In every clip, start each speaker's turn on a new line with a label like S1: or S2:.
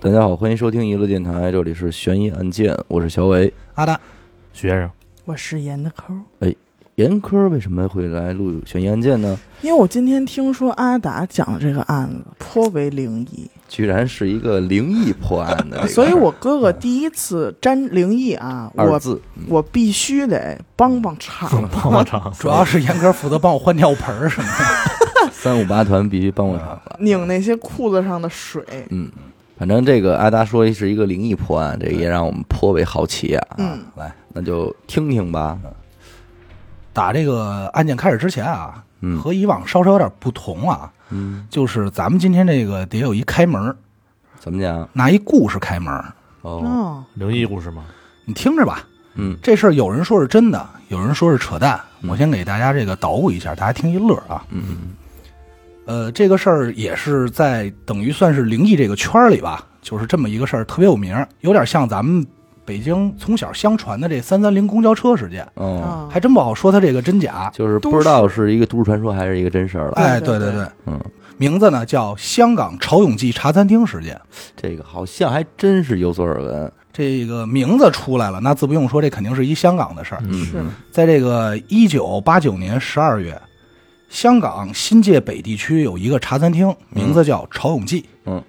S1: 大家好，欢迎收听娱乐电台，这里是悬疑案件，我是小伟。
S2: 阿达，
S3: 学生，
S4: 我是严的抠儿，
S1: 严科为什么会来录悬疑案件呢？
S4: 因为我今天听说阿达讲这个案子颇为灵异，
S1: 居然是一个灵异破案的这个事儿，
S4: 啊所以我哥哥第一次沾灵异啊，
S1: 二
S4: 我
S1: 字，嗯
S4: 我必须得帮帮场。
S3: 帮帮场，
S2: 主要是严哥负责帮我换尿盆儿 什么的。
S1: 三五八团必须帮我查了。
S4: 拧那些裤子上的水，
S1: 嗯，反正这个阿达说是一个灵异破案，这个也让我们颇为好奇啊。
S4: 嗯，
S1: 来，那就听听吧。
S2: 打这个案件开始之前啊，
S1: 嗯
S2: 和以往稍稍有点不同啊，
S1: 嗯，
S2: 就是咱们今天这个得有一开门儿，
S1: 怎么讲？
S2: 拿一故事开门儿。
S1: 哦，
S4: 哦，
S3: 灵异故事吗？
S2: 你听着吧，
S1: 嗯
S2: 这事儿有人说是真的，有人说是扯淡。
S1: 嗯
S2: 我先给大家这个捣鼓一下，大家听一乐啊。
S1: 嗯
S2: 呃，这个事儿也是在等于算是灵异这个圈儿里吧，就是这么一个事儿特别有名儿，有点像咱们北京从小相传的这三三零公交车事件，
S1: 嗯，哦，
S4: 啊
S2: 还真不好说它这个真假。
S1: 就是不知道是一个都市传说还是一个真事儿了。
S2: 哎，
S4: 对
S2: 对
S4: 对
S2: 对，
S1: 嗯，
S2: 名字呢叫香港潮涌记茶餐厅事件，
S1: 这个好像还真是有所耳闻。
S2: 这个名字出来了，那自不用说，这肯定是一香港的事儿。
S1: 嗯
S4: 是
S1: 嗯
S2: 在这个一九八九年十二月，香港新界北地区有一个茶餐厅，名字叫潮涌记。
S1: 嗯，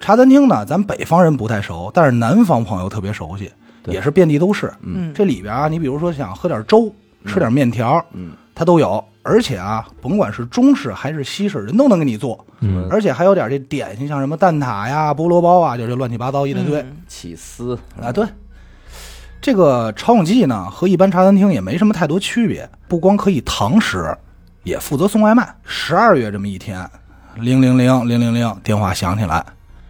S2: 茶餐厅呢，咱北方人不太熟，但是南方朋友特别熟悉，
S1: 对
S2: 也是遍地都是。
S4: 嗯，
S2: 这里边啊，你比如说想喝点粥、吃点面条，
S1: 嗯，
S2: 它都有。而且啊，甭管是中式还是西式，人都能给你做，
S3: 嗯
S2: 而且还有点这点心，像什么蛋挞呀、菠萝包啊，就这乱七八糟一大堆。
S4: 嗯
S1: 起司
S2: 啊，对。这个潮涌记呢，和一般茶餐厅也没什么太多区别，不光可以堂食，也负责送外卖。十二月这么一天，零零零零零零，电话响起来，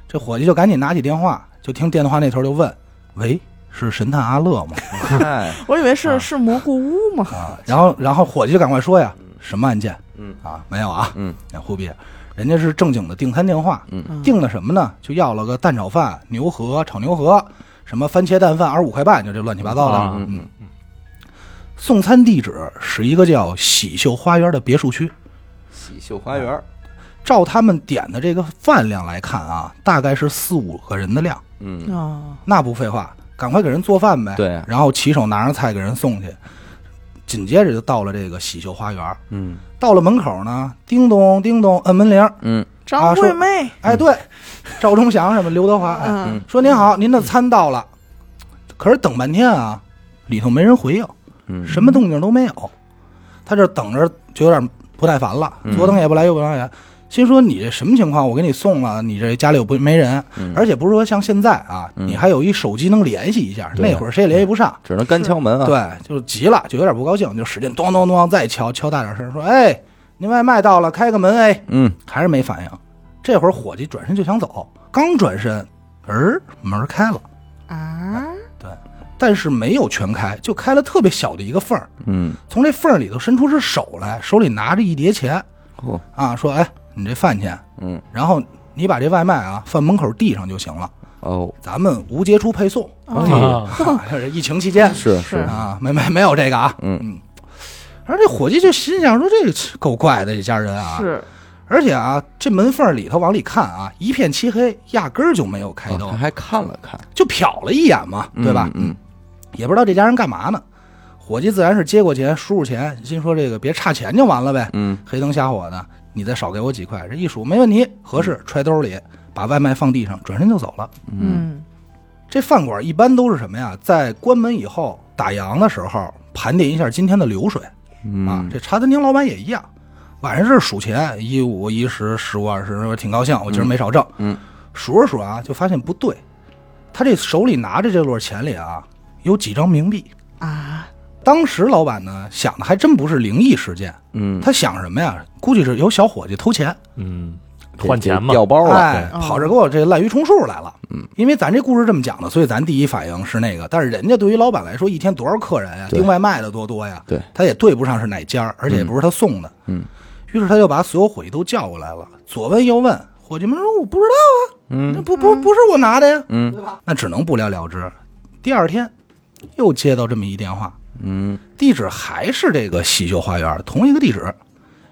S2: 这伙计就赶紧拿起电话，就听电话那头就问：“喂，是神探阿乐吗
S1: 哎，
S4: 我以为是是蘑菇屋嘛？”，
S2: 啊，然后然后伙计就赶快说呀：“什么案件？
S1: 嗯
S2: 啊，没有啊，
S1: 嗯，
S2: 忽必，人家是正经的订餐电话，
S4: 嗯
S2: 订的什么呢？就要了个蛋炒饭、牛河炒牛河，什么番茄蛋饭二十五块半，就这乱七八糟的。
S3: 啊
S2: 嗯，送餐地址是一个叫喜秀花园的别墅区。
S1: 喜秀花园，
S2: 照他们点的这个饭量来看啊，大概是四五个人的量。
S1: 嗯，
S4: 啊，
S2: 那不废话，赶快给人做饭呗。
S1: 对
S2: 然后骑手拿着菜给人送去。紧接着就到了这个喜秀花园，
S1: 嗯
S2: 到了门口呢，叮咚叮咚摁门铃儿。
S1: 嗯，
S4: 张惠妹，
S2: 哎，对，赵忠祥什么刘德华，哎，
S1: 啊
S4: 嗯
S2: 说您好，您的餐到了。可是等半天啊，里头没人回应，
S1: 嗯
S2: 什么动静都没有。他这等着就有点不耐烦了，
S1: 嗯
S2: 左等也不来，右等也不来。心说你这什么情况？我给你送了，你这家里又不没人，
S1: 嗯
S2: 而且不是说像现在啊，
S1: 嗯
S2: 你还有一手机能联系一下，
S1: 对
S2: 那会儿谁也联系不上。
S1: 只能干敲门啊。，
S2: 对，就急了，就有点不高兴，就使劲咚咚咚再敲，敲大点声说：“哎，您外卖到了，开个门哎。”
S1: 嗯，
S2: 还是没反应。这会儿伙计转身就想走，刚转身，儿门开了，
S4: 啊，
S2: 但是没有全开，就开了特别小的一个缝儿。
S1: 嗯，
S2: 从这缝儿里头伸出只手来，手里拿着一叠钱
S1: 嚯，
S2: 啊，说：“哎，你这饭钱，
S1: 哦嗯，
S2: 然后你把这外卖啊放门口递上就行了，
S1: 哦，
S2: 咱们无接触 配送。
S4: 哦
S3: 啊
S2: 啊”这是疫情期间
S1: 是
S4: 是
S1: 是，
S2: 啊，没没没有这个啊。
S1: 嗯
S2: 嗯，而这伙计就心想说：“这够怪的，这家人啊。”
S4: 是
S2: 而且啊，这门缝儿里头往里看啊，一片漆黑，压根儿就没有开灯，
S1: 哦他还看了看，
S2: 就瞟了一眼嘛，对吧？
S1: 嗯，
S2: 也不知道这家人干嘛呢。伙计自然是接过钱，输入钱，心说这个别差钱就完了呗。
S1: 嗯
S2: 黑灯瞎火的，你再少给我几块，这一数没问题，合适，揣兜里，把外卖放地上，转身就走了。
S1: 嗯
S4: 嗯
S2: 这饭馆一般都是什么呀？在关门以后打烊的时候，盘点一下今天的流水
S1: 嗯
S2: 啊。这茶餐厅老板也一样，晚上是数钱，一五、一十、十五、二十，挺高兴，我今儿没少挣。
S1: 嗯，
S2: 数着数啊，就发现不对，他这手里拿着这摞钱里啊，有几张冥币。
S4: 啊，
S2: 当时老板呢想的还真不是灵异事件，
S1: 嗯，
S2: 他想什么呀？估计是有小伙计偷钱，
S3: 嗯，
S1: 这
S3: 换钱
S1: 这
S3: 嘛，
S1: 掉包
S2: 哎
S1: 了，，
S4: 对
S2: 跑这给我这滥竽充数来了。嗯，因为咱这故事这么讲的，所以咱第一反应是那个。但是人家对于老板来说，一天多少客人呀，
S1: 对
S2: 订外卖的多多呀，
S1: 对，
S2: 他也对不上是哪家儿，而且也不是他送的。
S1: 嗯，
S2: 于是他就把所有伙计都叫过来了，左问右问，伙计们说我不知道啊，
S1: 嗯
S2: 那不不不是我拿的呀，
S1: 嗯，
S2: 那只能不了了之。第二天又接到这么一电话，
S1: 嗯
S2: 地址还是这个喜秀花园，同一个地址，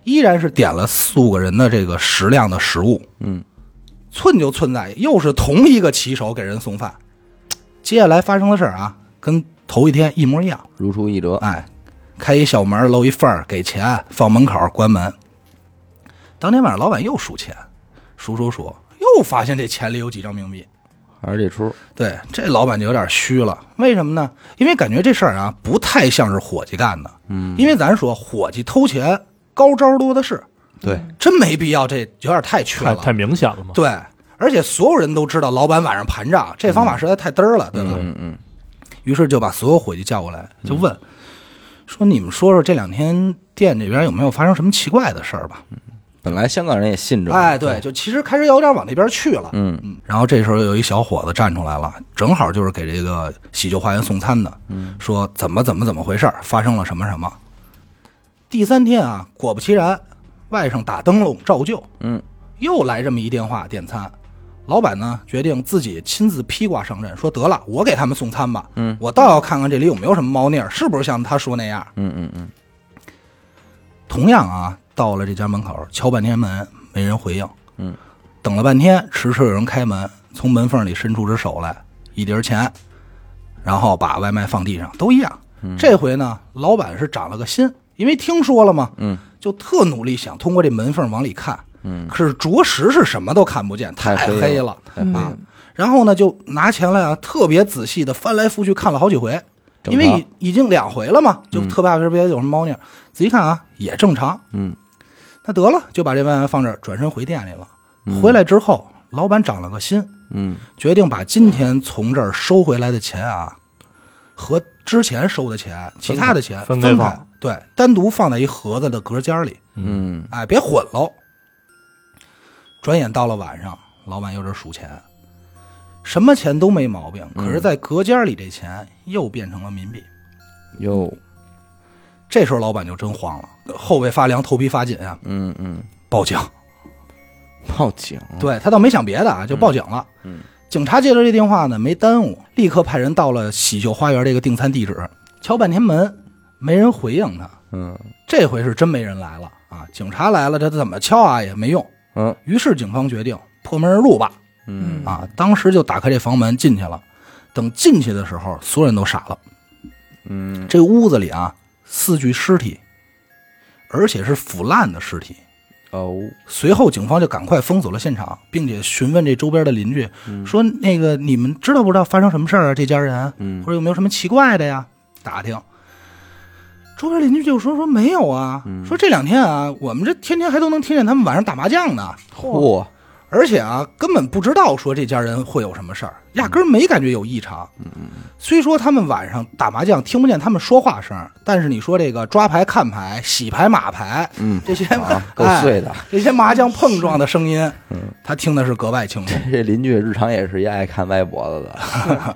S2: 依然是点了四五个人的这个食量的食物。
S1: 嗯，
S2: 寸就寸在又是同一个骑手给人送饭。接下来发生的事儿啊，跟头一天一模一样。
S1: 如出一辙，
S2: 哎，开一小门，露一缝儿，给钱，放门口，关门。当天晚上，老板又数钱，数数数，又发现这钱里有几张冥币。
S1: 还是这出，
S2: 对，这老板就有点虚了。为什么呢？因为感觉这事儿啊，不太像是伙计干的。嗯，因为咱说伙计偷钱高招多的是，
S1: 对，
S2: 真没必要，这有点太缺
S3: 太
S2: 了。
S3: 太明显了嘛。
S2: 对，而且所有人都知道老板晚上盘账，这方法实在太嘚儿了，对吧？
S1: 嗯嗯，
S2: 于是就把所有伙计叫过来，就问、说：“你们说说这两天店这边有没有发生什么奇怪的事儿吧
S1: 本来香港人也信？”这，
S2: 哎，对，，就其实开始有点往那边去了。
S1: 嗯，
S2: 嗯，然后这时候有一小伙子站出来了，正好就是给这个喜剧花园送餐的，说怎么怎么怎么回事儿，发生了什么什么。第三天啊，果不其然，外甥打灯笼照旧，
S1: 嗯，
S2: 又来这么一电话点餐，老板呢决定自己亲自披挂上阵，说得了，我给他们送餐吧，嗯，我倒要看看这里有没有什么猫腻儿，是不是像他说那样，
S1: 嗯嗯嗯，
S2: 同样啊，到了这家门口，敲半天门，没人回应。
S1: 嗯，
S2: 等了半天，迟迟有人开门，从门缝里伸出只手来，一叠钱，然后把外卖放地上，都一样。
S1: 嗯
S2: 这回呢，老板是长了个心，因为听说了嘛，
S1: 嗯，
S2: 就特努力想通过这门缝往里看，嗯，可是着实是什么都看不见，
S1: 太
S2: 太
S1: 黑
S2: 黑
S1: 了
S2: 了
S1: 太棒
S2: 啊
S1: 了，。
S2: 然后呢，就拿钱来啊，特别仔细的翻来覆去看了好几回，
S1: 正
S2: 因为
S1: 常
S2: 已已经两回了嘛，就特怕这边有什么猫腻儿。仔细看啊，也正常。
S1: 嗯，
S2: 那得了，就把这外卖放这儿，转身回店里了。回来之后，老板长了个心，
S1: 嗯，
S2: 决定把今天从这儿收回来的钱啊，和之前收的钱、其他的钱
S3: 分
S2: 分
S3: 开
S2: 开，
S3: 放
S2: 对，单独放在一盒子的隔间里，
S1: 嗯，
S2: 哎，别混喽。转眼到了晚上，老板又这数钱，什么钱都没毛病，可是，
S1: 嗯
S2: 在隔间里这钱又变成了冥币。
S1: 哟，
S2: 这时候老板就真慌了，后背发凉，头皮发紧啊，
S1: 嗯嗯，
S2: 报警。
S1: 报警，
S2: 对他倒没想别的啊，就报警了。
S1: 嗯嗯
S2: 警察接到这电话呢，没耽误，立刻派人到了喜秀花园这个订餐地址，敲半天门，没人回应他。
S1: 嗯
S2: 这回是真没人来了啊！警察来了，这怎么敲啊也没用。
S1: 嗯
S2: 于是警方决定破门而入吧。
S1: 嗯，
S2: 啊，当时就打开这房门进去了。等进去的时候，所有人都傻了。
S1: 嗯，
S2: 这屋子里啊，四具尸体，而且是腐烂的尸体。
S1: 哦，
S2: 随后，警方就赶快封锁了现场，并且询问这周边的邻居，说：“那个你们知道不知道发生什么事儿啊？这家人，
S1: 嗯
S2: 或者有没有什么奇怪的呀？”打听。周边邻居就说：“说没有啊，
S1: 嗯
S2: 说这两天啊，我们这天天还都能听见他们晚上打麻将呢，
S1: 嚯，
S2: 而且啊，根本不知道说这家人会有什么事儿，压根儿没感觉有异常。虽说他们晚上打麻将听不见他们说话声儿，但是你说这个抓牌、看牌、洗牌、码牌，
S1: 嗯
S2: 这些
S1: 啊，够
S2: 哎
S1: 碎的。嗯
S2: 这些麻将碰撞的声音，他听的是格外清楚，
S1: 这邻居日常也是一爱看歪脖子的，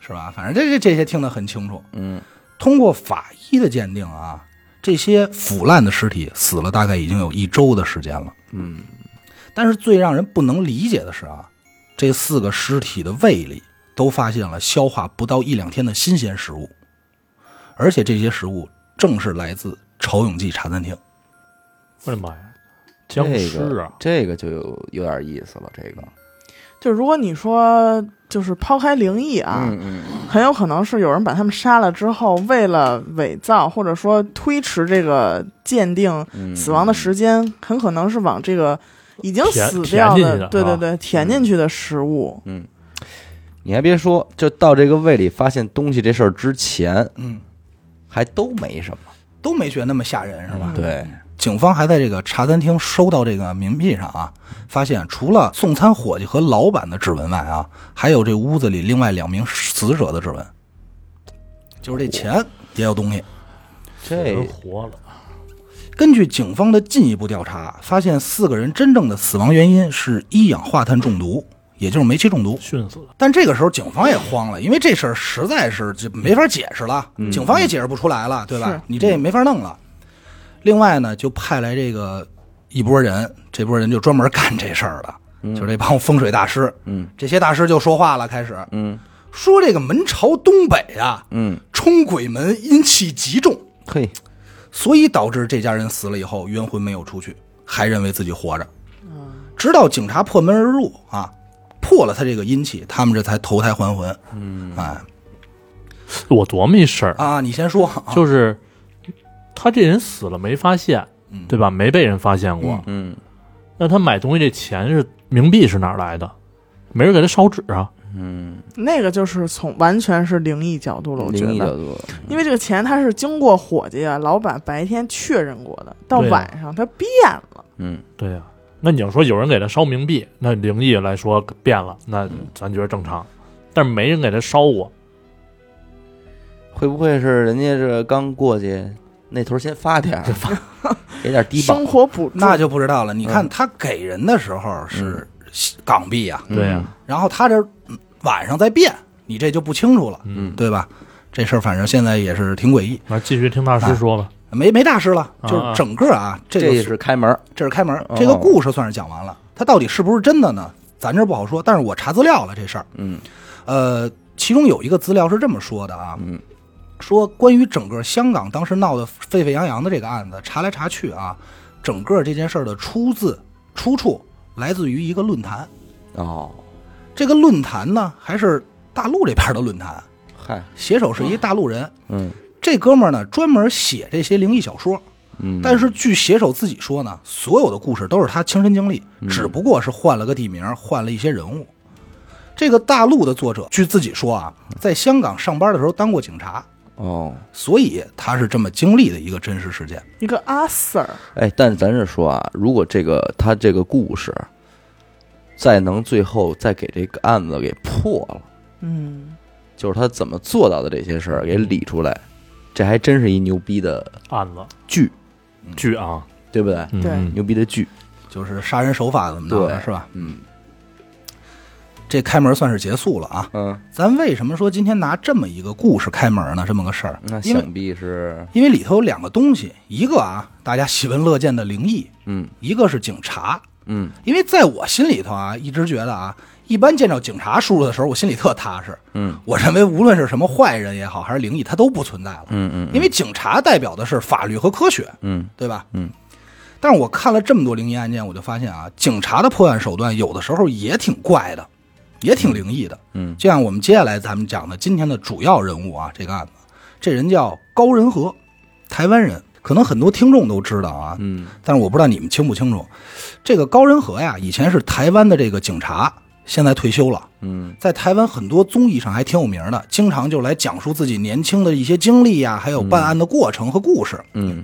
S2: 是吧？反正这这这些听得很清楚。
S1: 嗯，
S2: 通过法医的鉴定啊，这些腐烂的尸体死了大概已经有一周的时间了。嗯，但是最让人不能理解的是啊，这四个尸体的胃里都发现了消化不到一两天的新鲜食物，而且这些食物正是来自潮永记茶餐厅。
S3: 我的妈呀，
S1: 这
S3: 僵尸
S1: 个
S3: 啊！
S1: 这个就有有点意思了，这个，
S4: 就如果你说就是抛开灵异啊，
S1: 嗯嗯，
S4: 很有可能是有人把他们杀了之后，为了伪造或者说推迟这个鉴定
S1: 嗯
S4: 死亡的时间，很可能是往这个已经
S3: 填
S4: 死掉
S3: 填进
S4: 的，
S3: 去的啊
S4: 对
S3: 是吧
S4: 对对，填进去的食物。
S1: 你还别说，就到这个胃里发现东西这事儿之前，
S2: 嗯，
S1: 还都没什么，
S2: 都没觉得那么吓人，是吧？
S1: 嗯对，
S2: 警方还在这个茶餐厅收到这个冥币上啊，发现除了送餐伙计和老板的指纹外啊，还有这屋子里另外两名死者的指纹，就是这钱也有东西。
S1: 这
S3: 人活了，
S2: 根据警方的进一步调查，发现四个人真正的死亡原因是一氧化碳中毒，也就是煤气中毒。
S3: 训死了。
S2: 但这个时候警方也慌了，因为这事儿实在是就没法解释了，
S1: 嗯
S2: 警方也解释不出来了，对吧
S4: 是？
S2: 你这也没法弄了。另外呢，就派来这个一拨人，这拨人就专门干这事儿的，就是这帮风水大师。
S1: 嗯，
S2: 这些大师就说话了，开始
S1: 嗯
S2: 说这个门朝东北啊，
S1: 嗯，
S2: 冲鬼门阴气极重，
S1: 嘿，
S2: 所以导致这家人死了以后冤魂没有出去，还认为自己活着。直到警察破门而入啊，破了他这个阴气，他们这才投胎还魂。嗯，哎
S3: 我琢磨一事儿，
S2: 啊，你先说，啊、
S3: 就是他这人死了没发现，
S2: 嗯
S3: 对吧？没被人发现过。
S1: 嗯，
S3: 那他买东西这钱是冥币是哪儿来的？没人给他烧纸啊？
S4: 那个就是从完全是灵异角度了，我觉
S1: 嗯灵异角
S4: 得，
S1: 度，
S4: 因为这个钱它是经过伙计啊、老板白天确认过的，到
S3: 对啊
S4: 晚上它变了，
S1: 嗯，
S3: 对呀、那你要说有人给他烧冥币，那灵异来说变了，那咱觉得正常。但是没人给他烧过，
S1: 会不会是人家这刚过去那头先发点儿， 给点儿低保
S4: 生？活补助
S2: 那就不知道了。你
S3: 嗯
S2: 看他给人的时候是港币啊，
S3: 对呀、
S2: 然后他这嗯晚上再变，你这就不清楚了，
S3: 嗯，
S2: 对吧？这事儿反正现在也是挺诡异，
S3: 那继续听大师说吧。
S2: 没没大事了，
S3: 啊
S2: 就是整个啊，这
S1: 这
S2: 个
S1: 是开门儿，
S2: 这是开门
S1: 哦，
S2: 这个故事算是讲完了。它到底是不是真的呢？咱这不好说。但是我查资料了这事儿，
S1: 嗯
S2: 呃，其中有一个资料是这么说的啊，
S1: 嗯
S2: 说关于整个香港当时闹得沸沸扬扬的这个案子，查来查去啊，整个这件事儿的出自出处来自于一个论坛，
S1: 哦，
S2: 这个论坛呢还是大陆这边的论坛，
S1: 嗨，
S2: 写手是一大陆人，
S1: 嗯
S2: 这哥们儿呢专门写这些灵异小说，
S1: 嗯，
S2: 但是据写手自己说呢，所有的故事都是他亲身经历，
S1: 嗯
S2: 只不过是换了个地名，换了一些人物。这个大陆的作者据自己说啊，
S1: 嗯
S2: 在香港上班的时候当过警察，
S1: 哦，
S2: 所以他是这么经历的一个真实事件。
S4: 一个阿 Sir，
S1: 哎，但咱是说啊，如果这个他这个故事再能最后再给这个案子给破了，
S4: 嗯，
S1: 就是他怎么做到的这些事儿给理出来，这还真是一牛逼的
S3: 案子
S1: 剧，
S3: 剧啊，
S1: 对不对？
S3: 嗯
S4: 对
S3: 嗯
S1: 牛逼的剧，
S2: 就是杀人手法怎么着的
S1: 对
S2: 是吧？
S1: 嗯
S2: 这开门算是结束了啊。
S1: 嗯，
S2: 咱为什么说今天拿这么一个故事开门呢？这么个事儿，
S1: 那
S2: 因为
S1: 想必是
S2: 因为里头有两个东西，一个啊大家喜闻乐见的灵异，
S1: 嗯
S2: 一个是警察。
S1: 嗯
S2: 因为在我心里头啊，一直觉得啊，一般见着警察叔叔的时候，我心里特踏实。
S1: 嗯，
S2: 我认为无论是什么坏人也好，还是灵异，他都不存在了。
S1: 嗯嗯
S2: 因为警察代表的是法律和科学，
S1: 嗯
S2: 对吧？
S1: 嗯。
S2: 但是我看了这么多灵异案件，我就发现啊，警察的破案手段有的时候也挺怪的，也挺灵异的。
S1: 嗯
S2: 就像我们接下来咱们讲的今天的主要人物啊，这个案子，这人叫高仁和，台湾人，可能很多听众都知道啊。
S1: 嗯
S2: 但是我不知道你们清不清楚，这个高仁和呀，以前是台湾的这个警察，现在退休了，
S1: 嗯
S2: 在台湾很多综艺上还挺有名的，经常就来讲述自己年轻的一些经历呀，还有办案的过程和故事。
S1: 嗯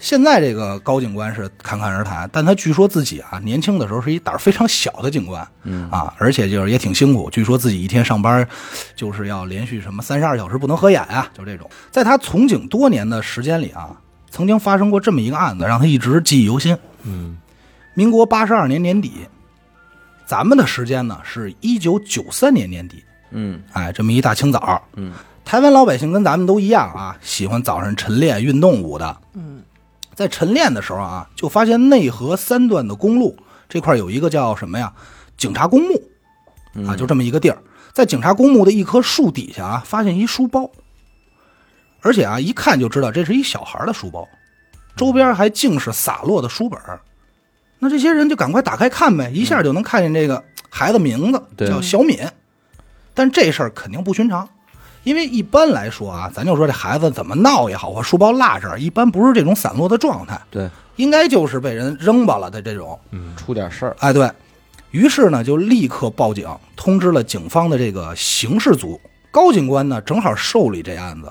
S2: 现在这个高警官是侃侃而谈，但他据说自己啊，年轻的时候是一胆儿非常小的警官，
S1: 嗯
S2: 啊，而且就是也挺辛苦，据说自己一天上班就是要连续什么三十二小时不能合眼啊，就这种。在他从警多年的时间里啊，曾经发生过这么一个案子，让他一直记忆犹新。
S3: 嗯，
S2: 民国八十二年年底，咱们的时间呢是一九九三年年底，
S1: 嗯
S2: 哎，这么一大清早，
S1: 嗯，
S2: 台湾老百姓跟咱们都一样啊，喜欢早上晨练运动舞的，嗯，在晨练的时候啊，就发现内河三段的公路这块有一个叫什么呀，警察公墓，啊，就这么一个地儿，在警察公墓的一棵树底下啊，发现一书包，而且啊，一看就知道这是一小孩的书包，周边还尽是洒落的书本儿那这些人就赶快打开看呗，一下就能看见这个孩子名字、
S1: 对
S2: 叫小敏，但这事儿肯定不寻常。因为一般来说啊，咱就说这孩子怎么闹也好，或书包落这儿，一般不是这种散落的状态，
S1: 对，
S2: 应该就是被人扔吧了的这种。
S1: 出点事儿，
S2: 哎，对于是呢，就立刻报警，通知了警方的这个刑事组。高警官呢，正好受理这案子，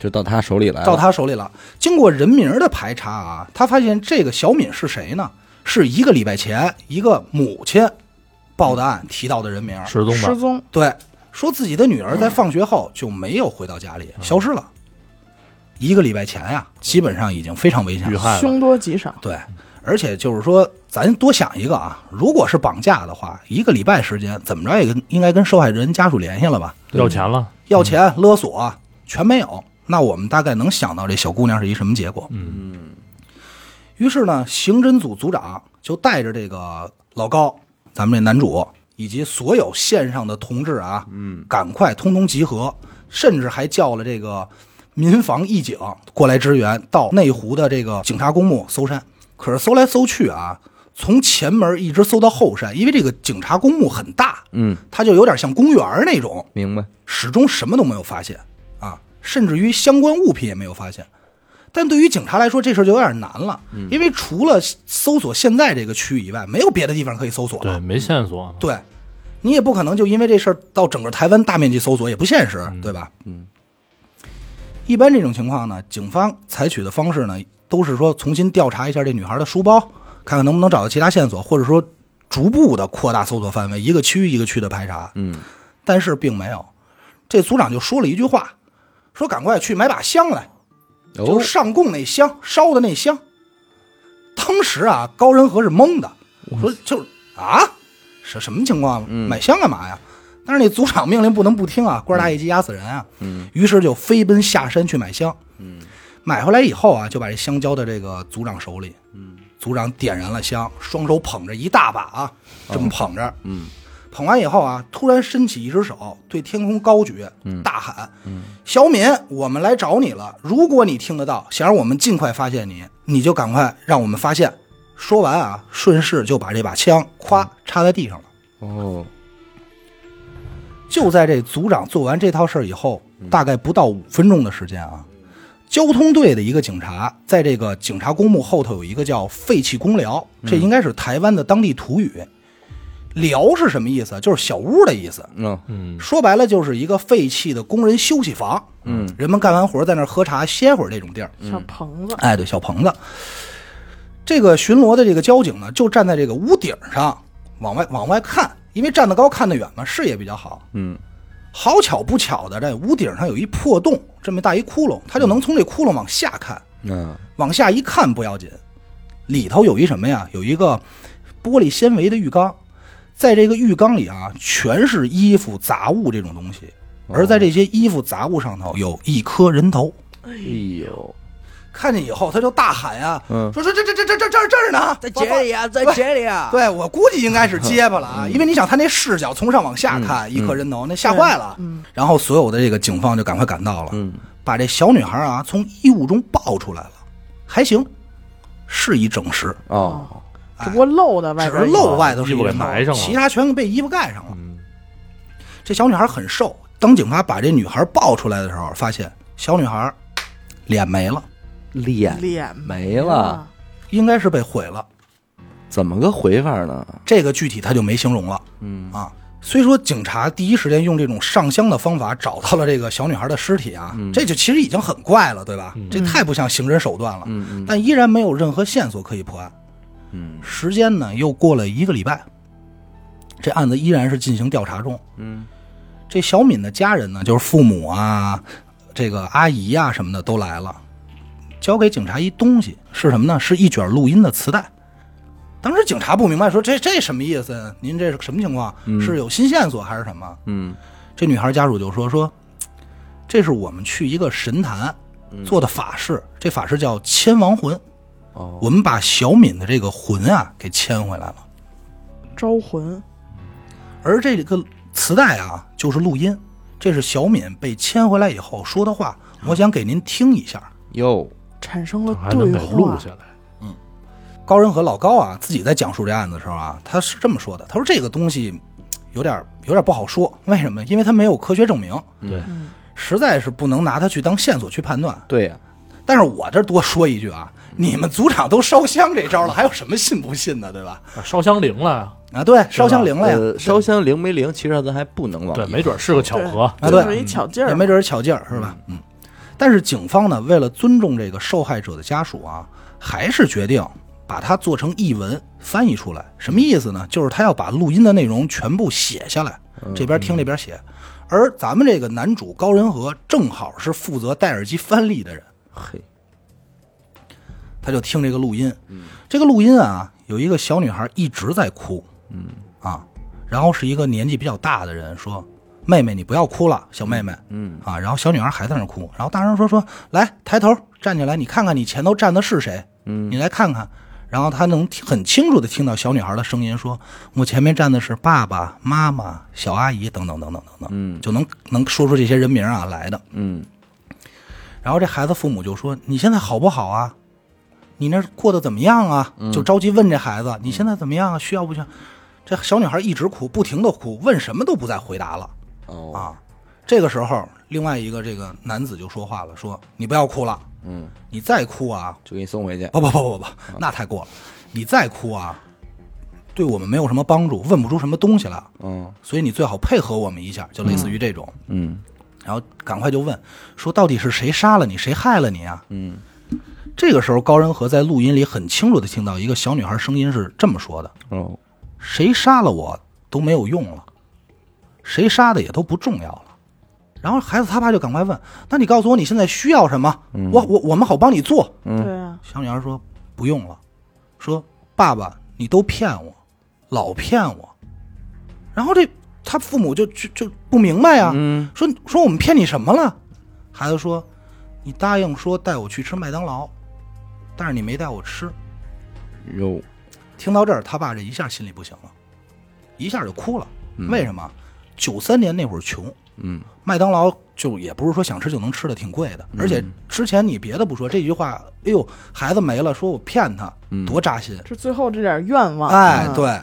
S1: 就到他手里来了，
S2: 到他手里了。经过人名的排查啊，他发现这个小敏是谁呢？是一个礼拜前一个母亲报的案提到的人名。
S3: 失踪吧
S4: 失，踪，
S2: 对，说自己的女儿在放学后就没有回到家里，消失了。一个礼拜前呀、基本上已经非常危险
S3: 遇
S2: 了。
S3: 害了，
S4: 凶多吉少，
S2: 对，而且就是说，咱多想一个啊，如果是绑架的话，一个礼拜时间，怎么着也跟应该跟受害人家属联系了吧？
S3: 要钱了，
S2: 要钱、勒索全没有，那我们大概能想到这小姑娘是一什么结果。
S3: 嗯
S2: 于是呢，刑侦组组长就带着这个老高，咱们这男主以及所有线上的同志啊，嗯，赶快通通集合，甚至还叫了这个民防义警过来支援，到内湖的这个警察公墓搜山。可是搜来搜去啊，从前门一直搜到后山，因为这个警察公墓很大，
S1: 嗯，
S2: 它就有点像公园儿那种，
S1: 明白。
S2: 始终什么都没有发现啊，甚至于相关物品也没有发现。但对于警察来说，这事儿就有点难了，因为除了搜索现在这个区域以外，没有别的地方可以搜索了。
S3: 对，没线索，
S2: 对，你也不可能就因为这事儿到整个台湾大面积搜索，也不现实，对吧？嗯。一般这种情况呢，警方采取的方式呢，都是说重新调查一下这女孩的书包，看看能不能找到其他线索，或者说逐步的扩大搜索范围，一个区一个区的排查。嗯。但是并没有，这组长就说了一句话，说赶快去买把香来。就
S1: 哦
S2: 是，上供那香烧的那香。当时啊，高仁和是懵的，说就啊，什什么情况？买香干嘛呀？但是那组长命令不能不听啊，官儿大一级压死人啊。嗯，于是就飞奔下山去买香。嗯，买回来以后啊，就把这香交到这个组长手里。嗯，组长点燃了香，双手捧着一大把啊，这么捧着。嗯，捧完以后啊，突然伸起一只手，对天空高举，大喊：“小敏，我们来找你了。如果你听得到，想让我们尽快发现你，你就赶快让我们发现。说完啊，顺势就把这把枪咵插在地上了。
S1: 哦，
S2: 就在这组长做完这套事儿以后，大概不到五分钟的时间啊，交通队的一个警察在这个警察公墓后头有一个叫废弃公寮，这应该是台湾的当地土语。寮是什么意思？就是小屋的意思。
S1: 嗯，
S3: 嗯，
S2: 说白了就是一个废弃的工人休息房。嗯，人们干完活在那儿喝茶歇会儿这种地儿。
S4: 小
S1: 嗯
S4: 棚子，
S2: 哎，对，小棚子。这个巡逻的这个交警呢，就站在这个屋顶上，往外往外看，因为站得高看得远嘛，视野比较好。
S1: 嗯，
S2: 好巧不巧的，这屋顶上有一破洞，这么大一窟窿，他就能从这窟窿往下看。
S1: 那
S2: 往下一看不要紧，里头有一什么呀？有一个玻璃纤维的浴缸，在这个浴缸里啊，全是衣服杂物这种东西，而在这些衣服杂物上头有一颗人头。
S1: 哎呦，
S2: 看见以后，他就大喊呀、
S1: 嗯
S2: 说说这这这这这这这儿呢，
S1: 在姐里 啊，在姐里啊，
S2: 对我估计应该是结巴了啊，因为你想他那视角从上往下看，一颗人头，那吓坏了。
S4: 嗯
S2: 然后所有的这个警方就赶快赶到了，
S1: 嗯
S2: 把这小女孩啊从衣物中抱出来了，还行，是一整尸，
S1: 哦，
S4: 只不过露的外
S2: 哎只
S4: 边
S2: 是
S4: 儿有，
S2: 露外头是一
S3: 衣服
S2: 人
S3: 给
S2: 头
S3: 埋上了
S2: 其他全被衣服盖上了。
S3: 嗯
S2: 这小女孩很瘦，当警察把这女孩抱出来的时候，发现小女孩脸没了，
S1: 脸
S4: 脸
S1: 没了，，
S2: 应该是被毁了。
S1: 怎么个回法呢？
S2: 这个具体他就没形容了。嗯啊，虽说警察第一时间用这种上香的方法找到了这个小女孩的尸体啊，
S1: 嗯
S2: 这就其实已经很怪了，对吧？这太不像刑侦手段了。
S1: 嗯嗯
S2: 但依然没有任何线索可以破案。
S1: 嗯
S2: 时间呢，又过了一个礼拜，这案子依然是进行调查中。
S1: 嗯，
S2: 这小敏的家人呢，就是父母啊、这个阿姨啊什么的都来了，交给警察一东西是什么呢？是一卷录音的磁带。当时警察不明白，说这这什么意思？您这是什么情况？是有新线索还是什么？
S1: 嗯
S2: 这女孩家属就说说，这是我们去一个神坛做的法事，这法事叫牵亡魂。
S1: 哦，
S2: 我们把小敏的这个魂啊给牵回来了，
S4: 招魂，
S2: 而这个磁带啊就是录音，这是小敏被牵回来以后说的话，我想给您听一下。
S1: 哟，
S4: 产生
S2: 哦
S4: 了
S3: 还能
S4: 对
S3: 给录
S4: 话，
S3: 下来，
S2: 高仁和老高啊自己在讲述这案子的时候啊，他是这么说的，他说这个东西有点有点不好说，为什么？因为他没有科学证明，
S3: 对，
S2: 实在是不能拿它去当线索去判断。
S1: 对呀，
S2: 但是我这多说一句啊，你们组长都烧香这招了，还有什么信不信的，对吧？
S3: 啊烧香灵了呀，
S2: 啊，对，烧香灵了呀，
S1: 呃，烧香灵没灵，其实咱还不能往
S3: 对，
S1: 里
S3: 没准是个巧合，
S2: 啊
S4: 就
S2: 对
S1: 嗯
S4: 是一巧劲儿
S2: 也，没准是巧劲儿，是吧？嗯。但是警方呢，为了尊重这个受害者的家属啊，还是决定把它做成译文翻译出来。什么意思呢？就是他要把录音的内容全部写下来，
S4: 嗯
S2: 这边听这边写。而咱们这个男主高仁和正好是负责戴耳机翻译的人，
S1: 嘿，
S2: 他就听这个录音。这个录音啊，有一个小女孩一直在哭，嗯啊，然后是一个年纪比较大的人说：“妹妹，你不要哭了，小妹妹。”嗯啊，然后小女孩还在那儿哭，然后大声说：“说来，抬头站起来，你看看你前头站的是谁？嗯，你来看看。”然后他能听很清楚的听到小女孩的声音说：“我前面站的是爸爸妈妈、小阿姨等等等等等等。”嗯，就能能说出这些人名啊来的。
S1: 嗯
S2: 然后这孩子父母就说：“你现在好不好啊？你那过得怎么样啊？
S1: 嗯
S2: 就着急问这孩子，你现在怎么样啊？需要不需要？这小女孩一直哭，不停的哭，问什么都不再回答了
S1: 哦，
S2: 啊。这个时候，另外一个这个男子就说话了，说：“你不要哭了，
S1: 嗯，
S2: 你再哭啊，
S1: 就给你送回去。
S2: 不不不不不，那太过了，你再哭啊，对我们没有什么帮助，问不出什么东西来，
S1: 嗯
S2: 所以你最好配合我们一下，就类似于这种。
S1: 嗯
S2: 然后赶快就问，说到底是谁杀了你，谁害了你啊？
S1: 嗯
S2: 这个时候，高仁和在录音里很清楚的听到一个小女孩声音是这么说的
S1: 哦，：“
S2: 谁杀了我都没有用了，谁杀的也都不重要了。”然后孩子他爸就赶快问：“那你告诉我你现在需要什么？我我我们好帮你做。
S1: 嗯
S4: 对啊，”
S2: 小女孩说：“不用了。”说：“爸爸，你都骗我，老骗我。”然后这他父母就就就不明白呀、
S1: 嗯
S2: 说说我们骗你什么了？孩子说，你答应说带我去吃麦当劳，但是你没带我吃。
S1: 哟，
S2: 听到这儿，他爸这一下心里不行了，一下就哭了。为什么？九三年那会儿穷，
S1: 嗯
S2: 麦当劳就也不是说想吃就能吃的，挺贵的。而且之前你别的不说，这句话，哎呦，孩子没了，说我骗他，
S1: 嗯
S2: 多扎心。
S4: 这最后这点愿望，
S2: 哎
S4: 嗯，
S2: 对。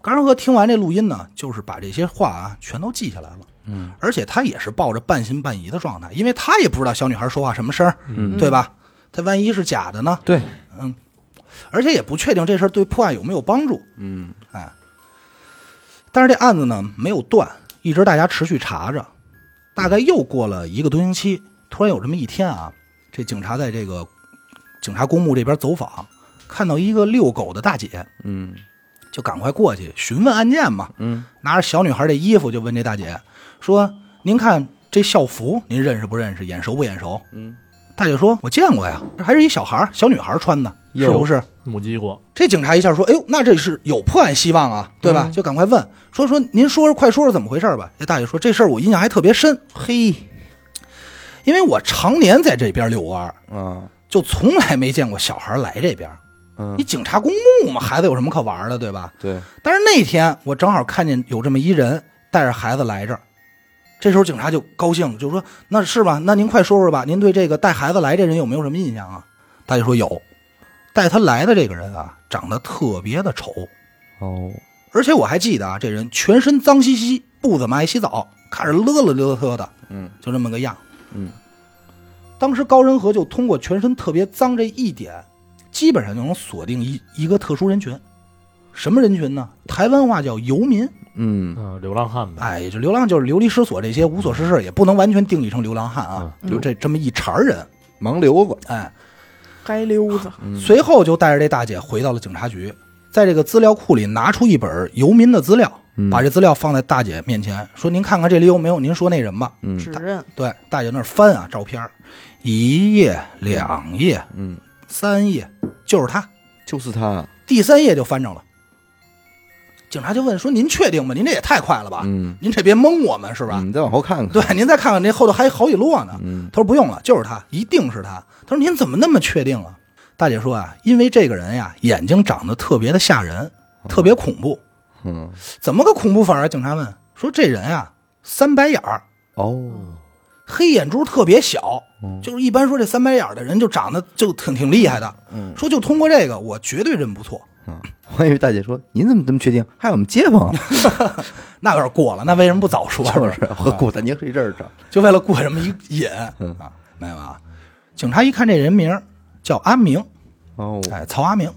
S2: 高仁和听完这录音呢，就是把这些话啊全都记下来了。嗯，而且他也是抱着半信半疑的状态，因为他也不知道小女孩说话什么声儿，
S1: 嗯
S2: 对吧？他万一是假的呢？
S1: 对，
S2: 而且也不确定这事儿对破案有没有帮助。
S1: 嗯
S2: 哎，但是这案子呢没有断，一直大家持续查着。大概又过了一个多星期，突然有这么一天啊，这警察在这个警察公墓这边走访，看到一个遛狗的大姐，
S1: 嗯
S2: 就赶快过去询问案件嘛。
S1: 嗯，
S2: 拿着小女孩这衣服就问这大姐说：“您看这校服，您认识不认识？眼熟不眼熟？”
S1: 嗯，
S2: 大姐说：“我见过呀，还是一小孩儿小女孩儿穿的，是
S1: 哟
S2: 不是
S3: 母鸡过，？”
S2: 这警察一下说：“哎呦，那这是有破案希望啊，对
S1: 嗯
S2: 吧？”就赶快问说：“说您说说，快说说怎么回事儿吧？”这大姐说：“这事儿我印象还特别深，
S1: 嘿
S2: 因为我常年在这边遛弯儿，
S1: 啊，
S2: 就从来没见过小孩儿来这边儿。
S1: 嗯
S2: 你警察公墓嘛，孩子有什么可玩儿的，对吧？
S1: 对，
S2: 但是那天我正好看见有这么一人带着孩子来这儿，这时候警察就高兴，就说：“那是吧？那您快说说吧，您对这个带孩子来这人有没有什么印象啊？”大姐说有，带他来的这个人啊，长得特别的丑，
S1: 哦，
S2: 而且我还记得啊，这人全身脏兮兮，不怎么爱洗澡，看着勒了勒特的，
S1: 嗯
S2: 就这么个样。
S1: 嗯，
S2: 当时高仁和就通过全身特别脏这一点，基本上就能锁定一一个特殊人群。什么人群呢？台湾话叫游民，
S1: 嗯，
S3: 嗯、流浪汉呗，
S2: 哎，也就流浪就是流离失所这些无所事事，也不能完全定义成流浪汉啊，
S4: 嗯
S2: 就这这么一茬儿人。
S1: 盲流子，
S2: 哎，
S4: 街溜子，
S1: 嗯
S2: 随后就带着这大姐回到了警察局，在这个资料库里拿出一本游民的资料，
S1: 嗯
S2: 把这资料放在大姐面前，说：“您看看这里有没有您说那人吧。”
S1: 嗯
S4: 指认
S2: 对，大姐那儿翻啊，照片儿，一页、两页、
S1: 嗯，
S2: 三页，就是他。
S1: 就是他，
S2: 第三页就翻着了。警察就问说：“您确定吗？您这也太快了吧？
S1: 嗯，
S2: 您这别蒙我们是吧？
S1: 你再往后看看，
S2: 对，您再看看这后头还有好几摞呢。
S1: 嗯
S2: 他说：“不用了，就是他，一定是他。”他说：“您怎么那么确定啊？”大姐说：“啊，因为这个人呀，眼睛长得特别的吓人，特别恐怖。
S1: 嗯，
S2: 怎么个恐怖法啊？”警察问说：“这人呀，三白眼儿，
S1: 哦，
S2: 黑眼珠特别小，
S1: 嗯
S2: 就是一般说这三白眼儿的人就长得就挺挺厉害的。
S1: 嗯
S2: 说就通过这个，我绝对认不错。
S1: 啊，我还以为大姐说您怎么这么确定？还有我们街坊，
S2: 那有点过了，那为什么不早说？
S1: 就是
S2: 吧
S1: 我古大宁是一阵儿长，
S2: 就为了过这么一瘾
S1: 嗯
S2: 啊，明白吧？警察一看这人名儿叫阿明，
S1: 哦，
S2: 哎，曹阿明，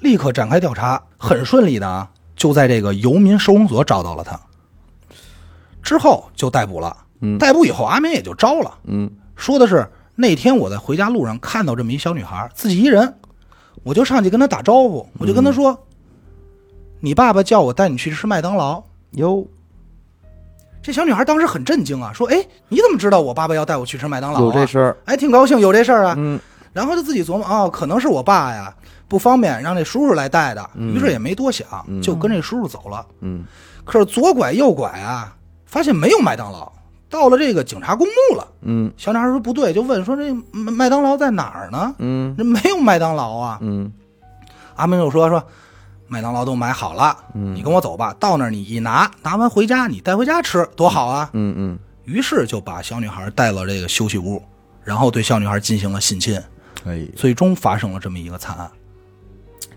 S2: 立刻展开调查，很顺利的啊，就在这个游民收容所找到了他。之后就逮捕了，逮捕以后阿明也就招了，
S1: 嗯
S2: 说的是那天我在回家路上看到这么一小女孩，自己一人，我就上去跟她打招呼，我就跟她
S1: 嗯
S2: 说：“你爸爸叫我带你去吃麦当劳。
S1: 哟，”
S2: 这小女孩当时很震惊啊，说：“哎，你怎么知道我爸爸要带我去吃麦当劳、啊？
S1: 有这事儿，
S2: 哎，挺高兴有这事儿啊。
S1: 嗯
S2: 然后就自己琢磨，哦，可能是我爸呀不方便，让这叔叔来带的。于是也没多想，就跟这叔叔走了。
S1: 嗯
S2: 可是左拐右拐啊，发现没有麦当劳，到了这个警察公墓了。
S1: 嗯
S2: 小男孩说不对，就问说这麦麦当劳在哪儿呢？
S1: 嗯
S2: 这没有麦当劳啊。
S1: 嗯
S2: 阿明就说说麦当劳都买好了，
S1: 嗯
S2: 你跟我走吧。到那儿你一拿，拿完回家你带回家吃，多好啊！
S1: 嗯嗯，
S2: 于是就把小女孩带到这个休息屋，然后对小女孩进行了性侵。
S1: 哎呦，
S2: 最终发生了这么一个惨案。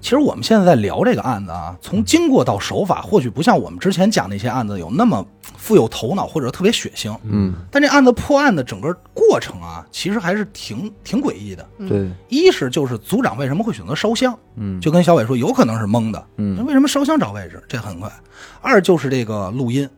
S2: 其实我们现在在聊这个案子啊，从经过到手法，或许不像我们之前讲那些案子有那么富有头脑或者特别血腥，
S1: 嗯，
S2: 但这案子破案的整个过程啊，其实还是挺挺诡异的。
S1: 对，
S2: 一是就是组长为什么会选择烧香，
S1: 嗯
S2: 就跟小伟说，有可能是蒙的，那
S1: 嗯
S2: 为什么烧香找位置？这很快。二就是这个录音，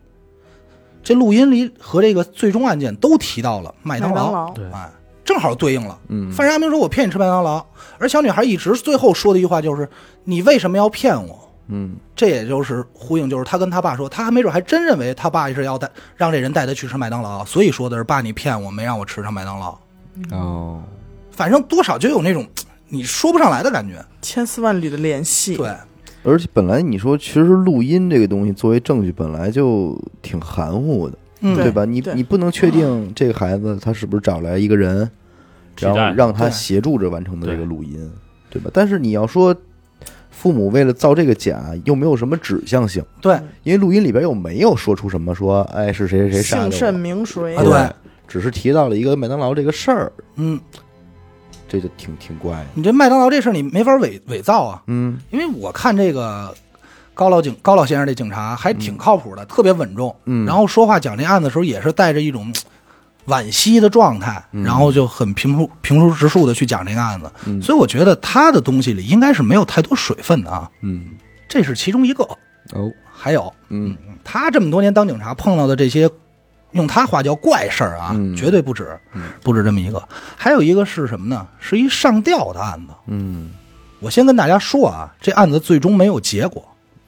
S2: 这录音里和这个最终案件都提到了麦当劳，
S4: 劳
S3: 对
S2: 哎，正好对应了。
S1: 嗯，
S2: 范志阿明说：“我骗你吃麦当劳。”而小女孩一直最后说的一句话就是：“你为什么要骗我
S1: 嗯？”
S2: 这也就是呼应，就是她跟她爸说，她还没准还真认为她爸是要带让这人带她去吃麦当劳，所以说的是爸，你骗我没让我吃上麦当劳。
S1: 哦，
S2: 反正多少就有那种嘖你说不上来的感觉。
S4: 千丝万缕的联系。
S2: 对，
S1: 而且本来你说，其实录音这个东西作为证据本来就挺含糊的，
S2: 嗯，
S1: 对吧？你
S4: 对
S1: 你不能确定这个孩子他是不是找来一个人，
S3: 替
S1: 然
S3: 代
S1: 后让他
S2: 对
S1: 协助着完成的这个
S3: 对
S1: 录音，对吧？但是你要说父母为了造这个假，又没有什么指向性，
S2: 对，
S1: 因为录音里边又没有说出什么说，哎，是谁谁谁杀
S4: 姓
S1: 的
S4: 甚
S1: 我，
S4: 名谁
S2: 啊？对，
S1: 只是提到了一个麦当劳这个事儿，
S2: 嗯，
S1: 这就挺挺怪的。
S2: 你这麦当劳这事儿你没法伪伪造啊，
S1: 嗯
S2: 因为我看这个高老警高老先生这警察还挺靠谱的，特别稳重。
S1: 嗯，
S2: 然后说话讲这案子的时候也是带着一种嘖惋惜的状态，然后就很平铺平铺直述的去讲这个案子，
S1: 嗯
S2: 所以我觉得他的东西里应该是没有太多水分的啊，
S1: 嗯
S2: 这是其中一个。
S1: 哦
S2: 还有
S1: 嗯
S2: 他这么多年当警察碰到的这些，用他话叫怪事儿啊，
S1: 嗯
S2: 绝对不止，不止这么一个。还有一个是什么呢？是一上吊的案子。
S1: 嗯
S2: 我先跟大家说啊，这案子最终没有结果，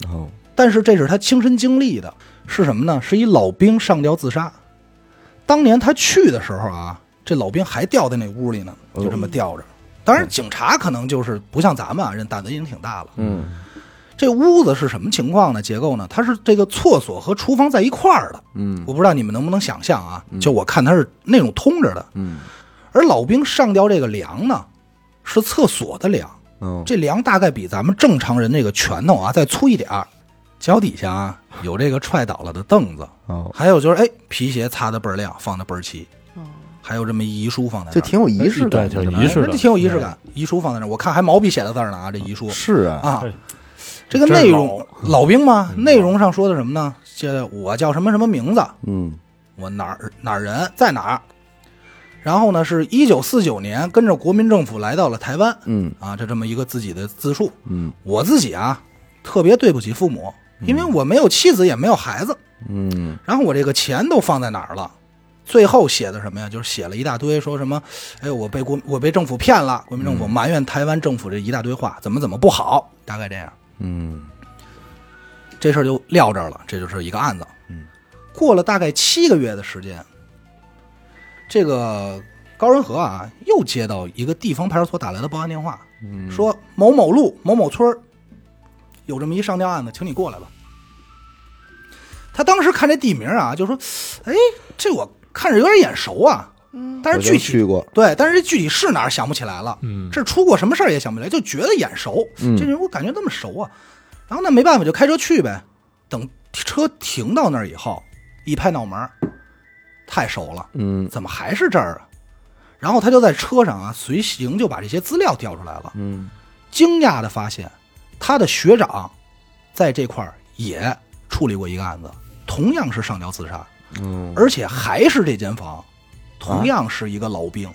S1: 哦
S2: 但是这是他亲身经历的，是什么呢？是一老兵上吊自杀。当年他去的时候啊，这老兵还吊在那屋里呢，
S1: 哦
S2: 就这么吊着。当然，警察可能就是不像咱们啊，人胆子已经挺大了。
S1: 嗯
S2: 这屋子是什么情况呢？结构呢？它是这个厕所和厨房在一块儿的。
S1: 嗯
S2: 我不知道你们能不能想象啊？就我看它是那种通着的，
S1: 嗯
S2: 而老兵上吊这个梁呢，是厕所的梁。
S1: 哦
S2: 这梁大概比咱们正常人这个拳头啊再粗一点儿，脚底下啊有这个踹倒了的凳子，
S1: 哦，
S2: 还有就是哎皮鞋擦的倍儿亮，放的倍儿齐，还有这么一遗书放在
S1: 就
S2: 那儿，
S1: 哦挺有仪式感的，
S3: 对，
S1: 这
S3: 挺有
S1: 玩意儿
S3: 仪式
S2: 哎
S3: 的，
S2: 这挺有仪式感，遗书放在那儿，我看还毛笔写的字儿呢啊，这遗书
S1: 是啊，
S2: 啊
S3: 哎，
S2: 这个
S3: 真嗯
S2: 内容老兵嘛，内容上说的什么呢？这我叫什么什么名字，
S1: 嗯
S2: 我哪儿哪儿人，在哪儿。然后呢，是一九四九年跟着国民政府来到了台湾
S1: 嗯
S2: 啊，这这么一个自己的自述。
S1: 嗯
S2: 我自己啊，特别对不起父母，因为我没有妻子，也没有孩子，
S1: 嗯
S2: 然后我这个钱都放在哪儿了？最后写的什么呀？就是写了一大堆，说什么，哎呦，我被国我被政府骗了，国民政府埋怨台湾政府这一大堆话，怎么怎么不好，大概这样。
S1: 嗯
S2: 这事儿就撂这儿了，这就是一个案子。嗯，过了大概七个月的时间，这个高仁和啊，又接到一个地方派出所打来的报案电话，
S1: 嗯
S2: 说某某路某某村儿有这么一上吊案子，请你过来吧。他当时看这地名啊，就说：“哎，这我看着有点眼熟啊。”嗯，但是
S1: 我就
S2: 具
S1: 去
S2: 体
S1: 过，
S2: 对，但是这具体是哪儿想不起来了。
S3: 嗯
S2: 这出过什么事儿也想不起来，就觉得眼熟。
S1: 嗯
S2: 这人我感觉那么熟啊。然后那没办法，就开车去呗。等车停到那儿以后，一拍脑门儿，太熟了，
S1: 嗯
S2: 怎么还是这儿啊？然后他就在车上啊，随行就把这些资料调出来了。
S1: 嗯
S2: 惊讶的发现，他的学长在这块儿也处理过一个案子，同样是上吊自杀，
S1: 嗯啊
S2: 而且还是这间房，同样是一个老兵。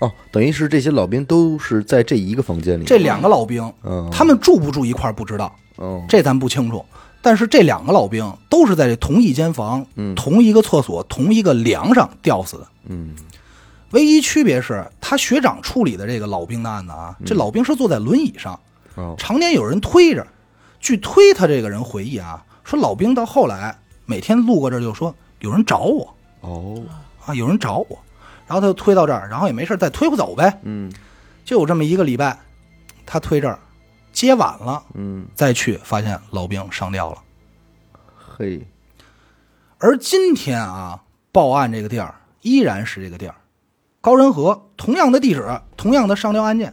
S1: 哦，等于是这些老兵都是在这一个房间里，
S2: 这两个老兵，
S1: 嗯
S2: 他们住不住一块儿不知道，
S1: 哦
S2: 这咱不清楚。但是这两个老兵都是在这同一间房、
S1: 嗯
S2: 同一个厕所、同一个梁上吊死的。
S1: 嗯
S2: 唯一区别是他学长处理的这个老兵的案子啊，这老兵是坐在轮椅上，
S1: 嗯哦
S2: 常年有人推着。据推他这个人回忆啊，说老兵到后来每天路过这儿就说有人找我
S1: 哦
S2: 啊，有人找我，然后他就推到这儿，然后也没事儿再推不走呗，
S1: 嗯
S2: 就有这么一个礼拜，他推这儿，接晚了
S1: 嗯
S2: 再去，发现老兵上吊了。
S1: 嘿
S2: 而今天啊，报案这个地儿依然是这个地儿，高仁和同样的地址，同样的上吊案件，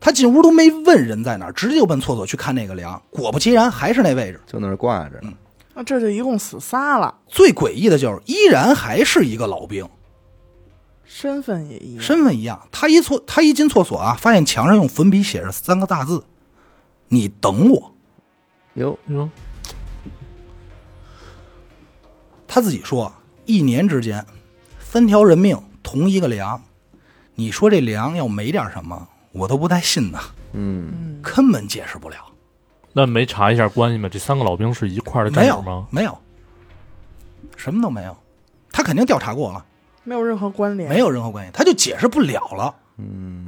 S2: 他进屋都没问人在哪儿，直接就奔厕所去看那个梁，果不其然还是那位置。
S1: 就那儿挂着呢，
S4: 那这就一共死仨了，
S2: 最诡异的就是，依然还是一个老兵，
S4: 身份也一样，
S2: 身份一样。他一错，他一进厕所啊，发现墙上用粉笔写着三个大字：“你等我。
S1: 哟，
S3: 哟，”
S2: 他自己说，一年之间，三条人命同一个粮，你说这粮要没点什么，我都不带信的，
S1: 嗯，
S2: 根本解释不了。
S3: 那没查一下关系吗？这三个老兵是一块儿的战
S2: 没
S3: 友
S2: 有
S3: 吗，？
S2: 没有，什么都没有。他肯定调查过了，
S4: 没有任何关联，
S2: 没有任何关系，他就解释不了了。嗯，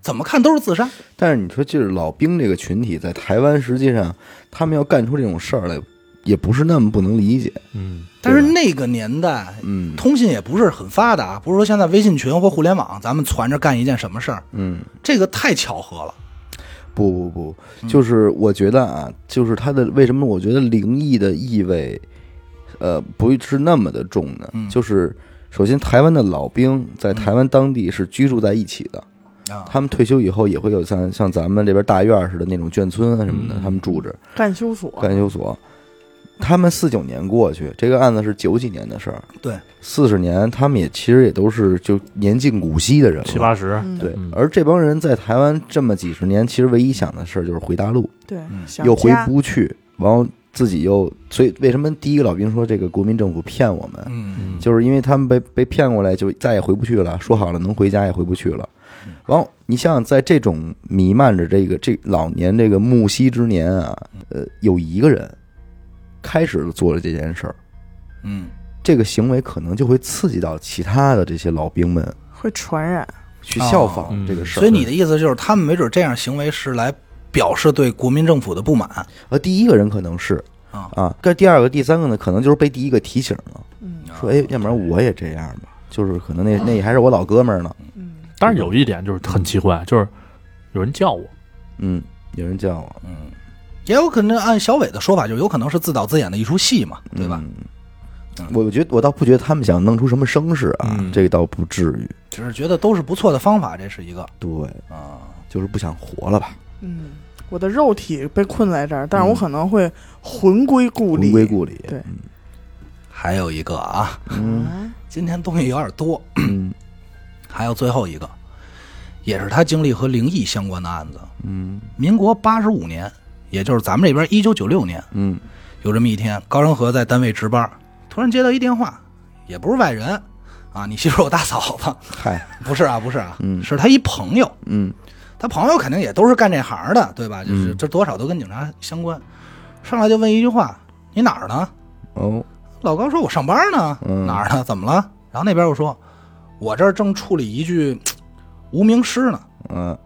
S2: 怎么看都是自杀。
S1: 但是你说就是老兵这个群体在台湾，实际上他们要干出这种事儿来，也不是那么不能理解，
S3: 嗯，
S2: 但是那个年代，
S1: 嗯
S2: 通信也不是很发达，不是说现在微信群或互联网，咱们传着干一件什么事儿，
S1: 嗯。
S2: 这个太巧合了。
S1: 不不不，就是我觉得啊，就是它的为什么我觉得灵异的意味，呃，不是那么的重呢？
S2: 嗯
S1: 就是首先，台湾的老兵在台湾当地是居住在一起的，
S2: 啊，
S1: 他们退休以后也会有像像咱们这边大院儿似的那种眷村啊什么的，
S3: 嗯
S1: 他们住着
S4: 干休所，
S1: 干休所。他们四九年过去，这个案子是九几年的事儿，
S2: 对，
S1: 四十年，他们也其实也都是就年近古稀的人了，
S3: 七八十，
S4: 嗯
S1: 对
S3: 嗯。
S1: 而这帮人在台湾这么几十年，其实唯一想的事儿就是回大陆。
S4: 对，
S2: 嗯
S4: 想
S1: 又回
S4: 家
S1: 不去，然后自己又，所以为什么第一个老兵说这个国民政府骗我们，
S2: 嗯，
S3: 嗯
S1: 就是因为他们被被骗过来，就再也回不去了。说好了能回家也回不去了。
S2: 嗯
S1: 然后你想想，在这种弥漫着这个这老年这个暮息之年啊，
S2: 嗯
S1: 呃，有一个人开始做了这件事儿，
S2: 嗯，
S1: 这个行为可能就会刺激到其他的这些老兵们
S4: 会传染，
S1: 去
S2: 哦
S1: 效仿这个事儿。
S2: 所以你的意思就是，他们没准这样行为是来表示对国民政府的不满。
S1: 呃，第一个人可能是
S2: 啊
S1: 啊，跟第二个、第三个呢，可能就是被第一个提醒了。
S4: 嗯
S2: 啊
S1: 说，哎，要不然我也这样吧。就是可能那那还是我老哥们儿呢。
S4: 嗯，
S3: 但是有一点就是很奇怪，就是有人叫我，
S1: 嗯，有人叫我，
S2: 嗯，也有可能按小伟的说法，就是有可能是自导自演的一出戏嘛，对吧？
S1: 嗯
S2: 嗯
S1: 我觉得我倒不觉得他们想弄出什么声势啊，
S3: 嗯
S1: 这个倒不至于。
S2: 只是觉得都是不错的方法，这是一个
S1: 对，
S2: 啊，
S1: 就是不想活了吧，
S4: 嗯，我的肉体被困在这儿，但是我
S1: 嗯
S4: 可能会魂归故
S1: 魂
S4: 里。
S1: 归故里。
S4: 对
S2: 还有一个啊，
S1: 嗯
S4: 啊，
S2: 今天东西有点多，
S1: 嗯
S2: 还有最后一个，也是他经历和灵异相关的案子。
S1: 嗯
S2: 民国八十五年，也就是咱们这边一九九六年，
S1: 嗯
S2: 有这么一天，高仁和在单位值班，突然接到一电话，也不是外人啊，你媳妇儿我大嫂子，
S1: 嗨，
S2: 不是啊，不是啊，
S1: 嗯
S2: 是他一朋友，
S1: 嗯
S2: 他朋友肯定也都是干这行的，对吧？就是
S1: 嗯
S2: 这多少都跟警察相关，上来就问一句话：“你哪儿呢
S1: 哦，？”
S2: 老高说：“我上班呢，
S1: 嗯
S2: 哪儿呢？怎么了？”然后那边又说：“我这儿正处理一具嘖无名尸呢。
S1: 嗯、”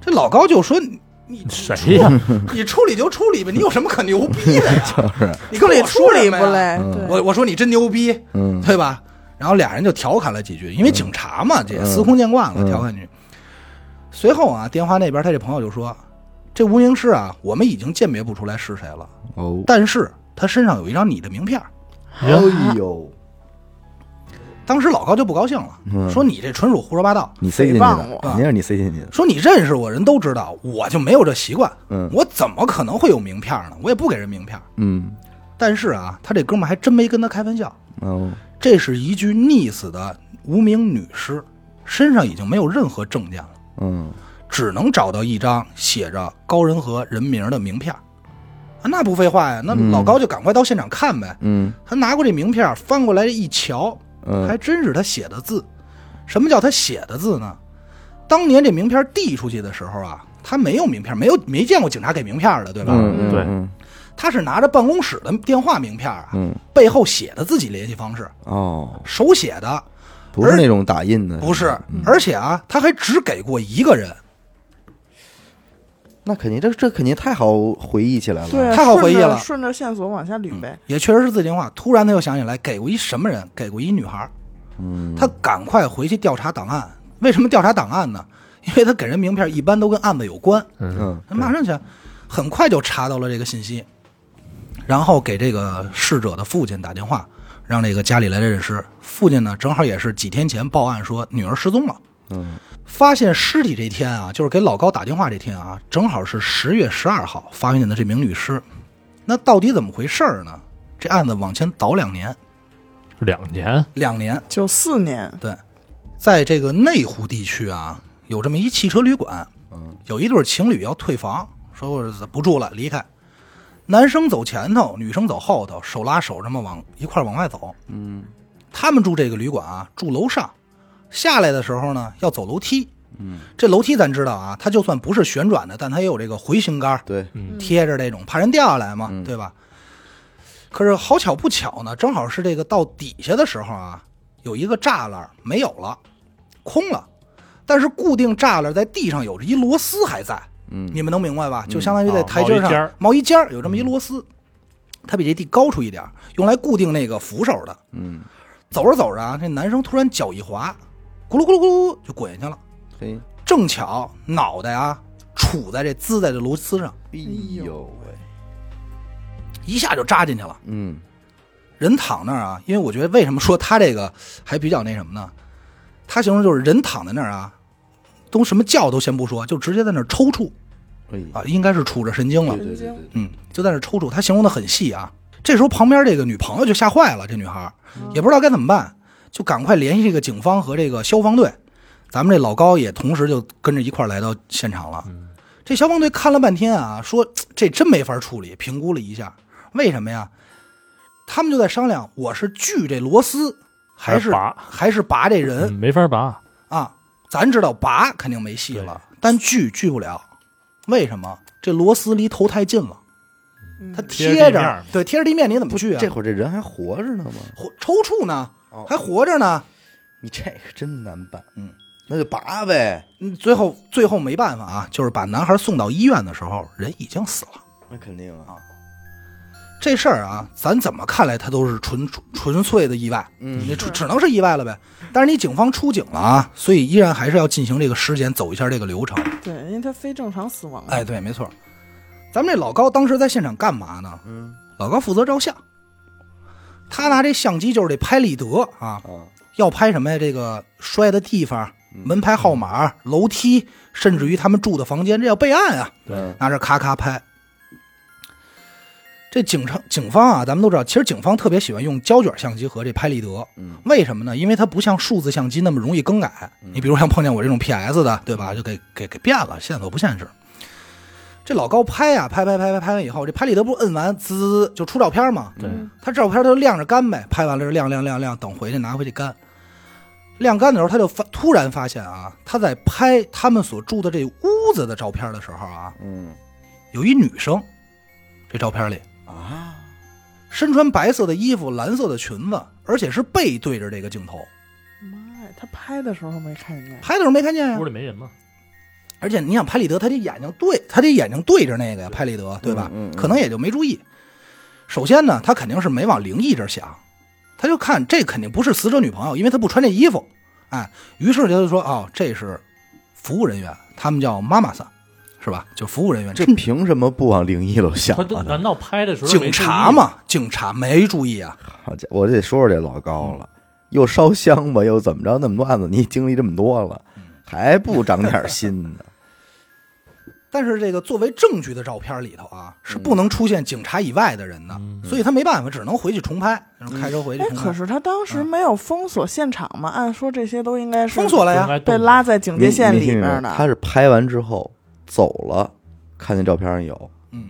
S2: 这老高就 说：“你你
S3: 谁呀？
S2: 你处理就处理呗，你有什么可牛逼的呀？
S1: 就是
S2: 你
S4: 处
S2: 跟
S4: 理
S2: 我
S4: 处
S2: 说
S4: 理
S2: 什么
S4: 不
S2: 呀
S4: 来，
S1: 嗯
S4: 对，
S2: 我我说你真牛逼，
S1: 嗯
S2: 对吧？然后俩人就调侃了几句，因为警察嘛，这也司空见惯了，
S1: 嗯
S2: 调侃几句。随后啊，电话那边他这朋友就说：“这无名尸啊，我们已经鉴别不出来是谁了，
S1: 哦，
S2: 但是他身上有一张你的名片儿。
S1: 哎呦，”
S2: 当时老高就不高兴了，
S1: 嗯
S2: 说：“你这纯属胡说八道，
S1: 你塞进去
S4: 诽谤
S1: 的
S4: 我，
S1: 肯定是你塞进去的。
S2: 说你认识我人都知道，我就没有这习惯，
S1: 嗯
S2: 我怎么可能会有名片儿呢？我也不给人名片儿。”
S1: 嗯
S2: 但是啊，他这哥们儿还真没跟他开玩笑，
S1: 哦，
S2: 这是一具溺死的无名女尸，身上已经没有任何证件了。
S1: 嗯
S2: 只能找到一张写着高仁和人名的名片儿啊，那不废话呀，那
S1: 嗯
S2: 老高就赶快到现场看呗。
S1: 嗯
S2: 他拿过这名片儿，翻过来一瞧，
S1: 嗯，
S2: 还真是他写的字。什么叫他写的字呢？当年这名片儿递出去的时候啊，他没有名片儿，没有没见过警察给名片儿的，对吧？
S1: 嗯嗯
S3: 对
S1: 嗯
S2: 他是拿着办公室的电话名片儿啊，
S1: 嗯
S2: 背后写的自己联系方式，
S1: 哦，
S2: 手写的，
S1: 不是那种打印的，
S2: 不是
S1: 吧。
S2: 而且啊，他还只给过一个人，
S1: 那肯定，这这肯定太好回忆起来了。
S4: 对，
S2: 太好
S4: 顺
S2: 回忆
S4: 着
S2: 了
S4: 顺着线索往下捋呗。
S2: 也确实是自己电话。突然他又想起来，给过一什么人？给过一女孩儿。
S1: 嗯，
S2: 他赶快回去调查档案。为什么调查档案呢？因为他给人名片一般都跟案子有关。
S1: 嗯
S2: 他马上去，很快就查到了这个信息，然后给这个逝者的父亲打电话，让这个家里来认尸。父亲呢，正好也是几天前报案说女儿失踪了。
S1: 嗯
S2: 发现尸体这天啊，就是给老高打电话这天啊，正好是十月十二号发现的这名女尸。那到底怎么回事儿呢？这案子往前倒两年，
S3: 两年，
S2: 两年，
S4: 九四年，
S2: 对，在这个内湖地区啊，有这么一汽车旅馆，
S1: 嗯
S2: 有一对情侣要退房，说我不住了，离开。男生走前头，女生走后头，手拉手这么往一块儿往外走。
S1: 嗯
S2: 他们住这个旅馆啊，住楼上，下来的时候呢要走楼梯。
S1: 嗯，
S2: 这楼梯咱知道啊，它就算不是旋转的，但它也有这个回形杆儿
S1: 对，
S3: 嗯
S2: 贴着这种，怕人掉下来嘛，
S1: 嗯
S2: 对吧？可是好巧不巧呢，正好是这个到底下的时候啊，有一个栅栏没有了，空了，但是固定栅栏在地上有着一螺丝还在，
S1: 嗯
S2: 你们能明白吧？就相当于在
S3: 啊
S2: 台阶
S3: 冒一尖
S2: 上
S3: 儿
S2: 冒一尖儿，有这么一螺丝，它比这地高出一点儿，用来固定那个扶手的。
S1: 嗯，
S2: 走着走着啊，这男生突然脚一滑，咕噜咕噜咕噜就滚下去了，
S1: 嘿，
S2: 正巧脑袋啊杵在这滋在这螺丝上，
S1: 哎
S4: 呦
S1: 喂，
S2: 一下就扎进去了。
S1: 嗯
S2: 人躺那儿啊，因为我觉得为什么说他这个还比较那什么呢？他形容就是人躺在那儿啊，都什么叫都先不说，就直接在那儿抽搐
S1: 哎，
S2: 啊，应该是杵着神经了
S1: 对，对对对，
S2: 嗯，就在那儿抽搐。他形容的很细啊。这时候旁边这个女朋友就吓坏了，这女孩儿也不知道该怎么办，就赶快联系这个警方和这个消防队。咱们这老高也同时就跟着一块儿来到现场了。
S3: 嗯
S2: 这消防队看了半天啊，说嘖这真没法处理，评估了一下，为什么呀？他们就在商量，我是锯这螺丝，还
S3: 还是
S2: 是
S3: 拔
S2: 还是拔这人？
S3: 嗯没法拔，
S2: 啊，咱知道拔肯定没戏了，但锯锯不了，为什么？这螺丝离头太近了，它贴
S3: 贴着地面
S2: 着
S3: 儿，
S2: 对，贴着地面，你怎么锯啊？
S1: 这会儿这人还活着呢吗？
S2: 活抽搐呢
S1: 哦，
S2: 还活着呢。
S1: 你这个真难办，
S2: 嗯，
S1: 那就拔呗，
S2: 嗯最后最后没办法啊，就是把男孩送到医院的时候，人已经死了。
S1: 那肯定啊，
S2: 这事儿啊，咱怎么看来，它都是纯纯纯粹的意外，
S1: 嗯
S2: 那只
S4: 是
S2: 只能是意外了呗。但是你警方出警了啊，所以依然还是要进行这个尸检，走一下这个流程。
S4: 对，因为他非正常死亡。
S2: 哎，，对，没错。咱们这老高当时在现场干嘛呢？
S1: 嗯
S2: 老高负责照相，他拿这相机就是得拍立得啊，
S1: 啊，
S2: 要拍什么呀？这个摔的地方、门牌号码、楼梯，甚至于他们住的房间，这要备案啊，
S1: 对，
S2: 拿着咔咔拍。这警察警方啊，咱们都知道，其实警方特别喜欢用胶卷相机和这拍立得，
S1: 嗯
S2: 为什么呢？因为它不像数字相机那么容易更改。你比如像碰见我这种 PS 的，对吧？就给给给变了，线索不限制。这老高拍呀、拍拍拍拍拍完以后，这拍立得不是摁完滋滋滋就出照片吗？
S3: 对，
S2: 他照片都晾着干呗，拍完了就晾晾晾晾，等回去拿回去干。晾干的时候，他就发突然发现啊，他在拍他们所住的这屋子的照片的时候啊，
S1: 嗯
S2: 有一女生，这照片里
S1: 啊，
S2: 身穿白色的衣服、蓝色的裙子，而且是背对着这个镜头，
S4: 妈呀，他拍的时候没看见，
S2: 拍的时候没看哎见呀、
S3: 屋里没人嘛，
S2: 而且你想拍立得，他这眼睛对，他这眼睛对着那个呀，拍立得对吧？
S1: 嗯嗯嗯
S2: 可能也就没注意。首先呢，他肯定是没往灵异这儿想，他就看这肯定不是死者女朋友，因为他不穿这衣服，哎，于是他就说哦，这是服务人员，他们叫妈妈桑，是吧？就服务人员，
S1: 这凭什么不往灵异楼想
S3: 他都
S1: 啊？
S3: 难道拍的时候没
S2: 警察
S3: 注意吗？
S2: 嘛，警察没注意啊，
S1: 好家伙，我得说说这老高了，又烧香吧，又怎么着，那么多案子你经历这么多了，还不长点心 呢？
S2: 但是这个作为证据的照片里头啊，是不能出现警察以外的人的，所以他没办法，只能回去重拍，开车回去
S4: 哎，
S2: 重拍。
S4: 可是他当时没有封锁现场嘛？按说这些都应该是
S2: 封锁了
S3: 不
S2: 呀
S3: 应，该
S4: 被
S3: 动
S4: 拉在警戒线
S1: 你
S4: 里边
S1: 你听
S4: 儿
S1: 着
S4: 的。
S1: 他是拍完之后走了，看见照片上有
S2: 嗯。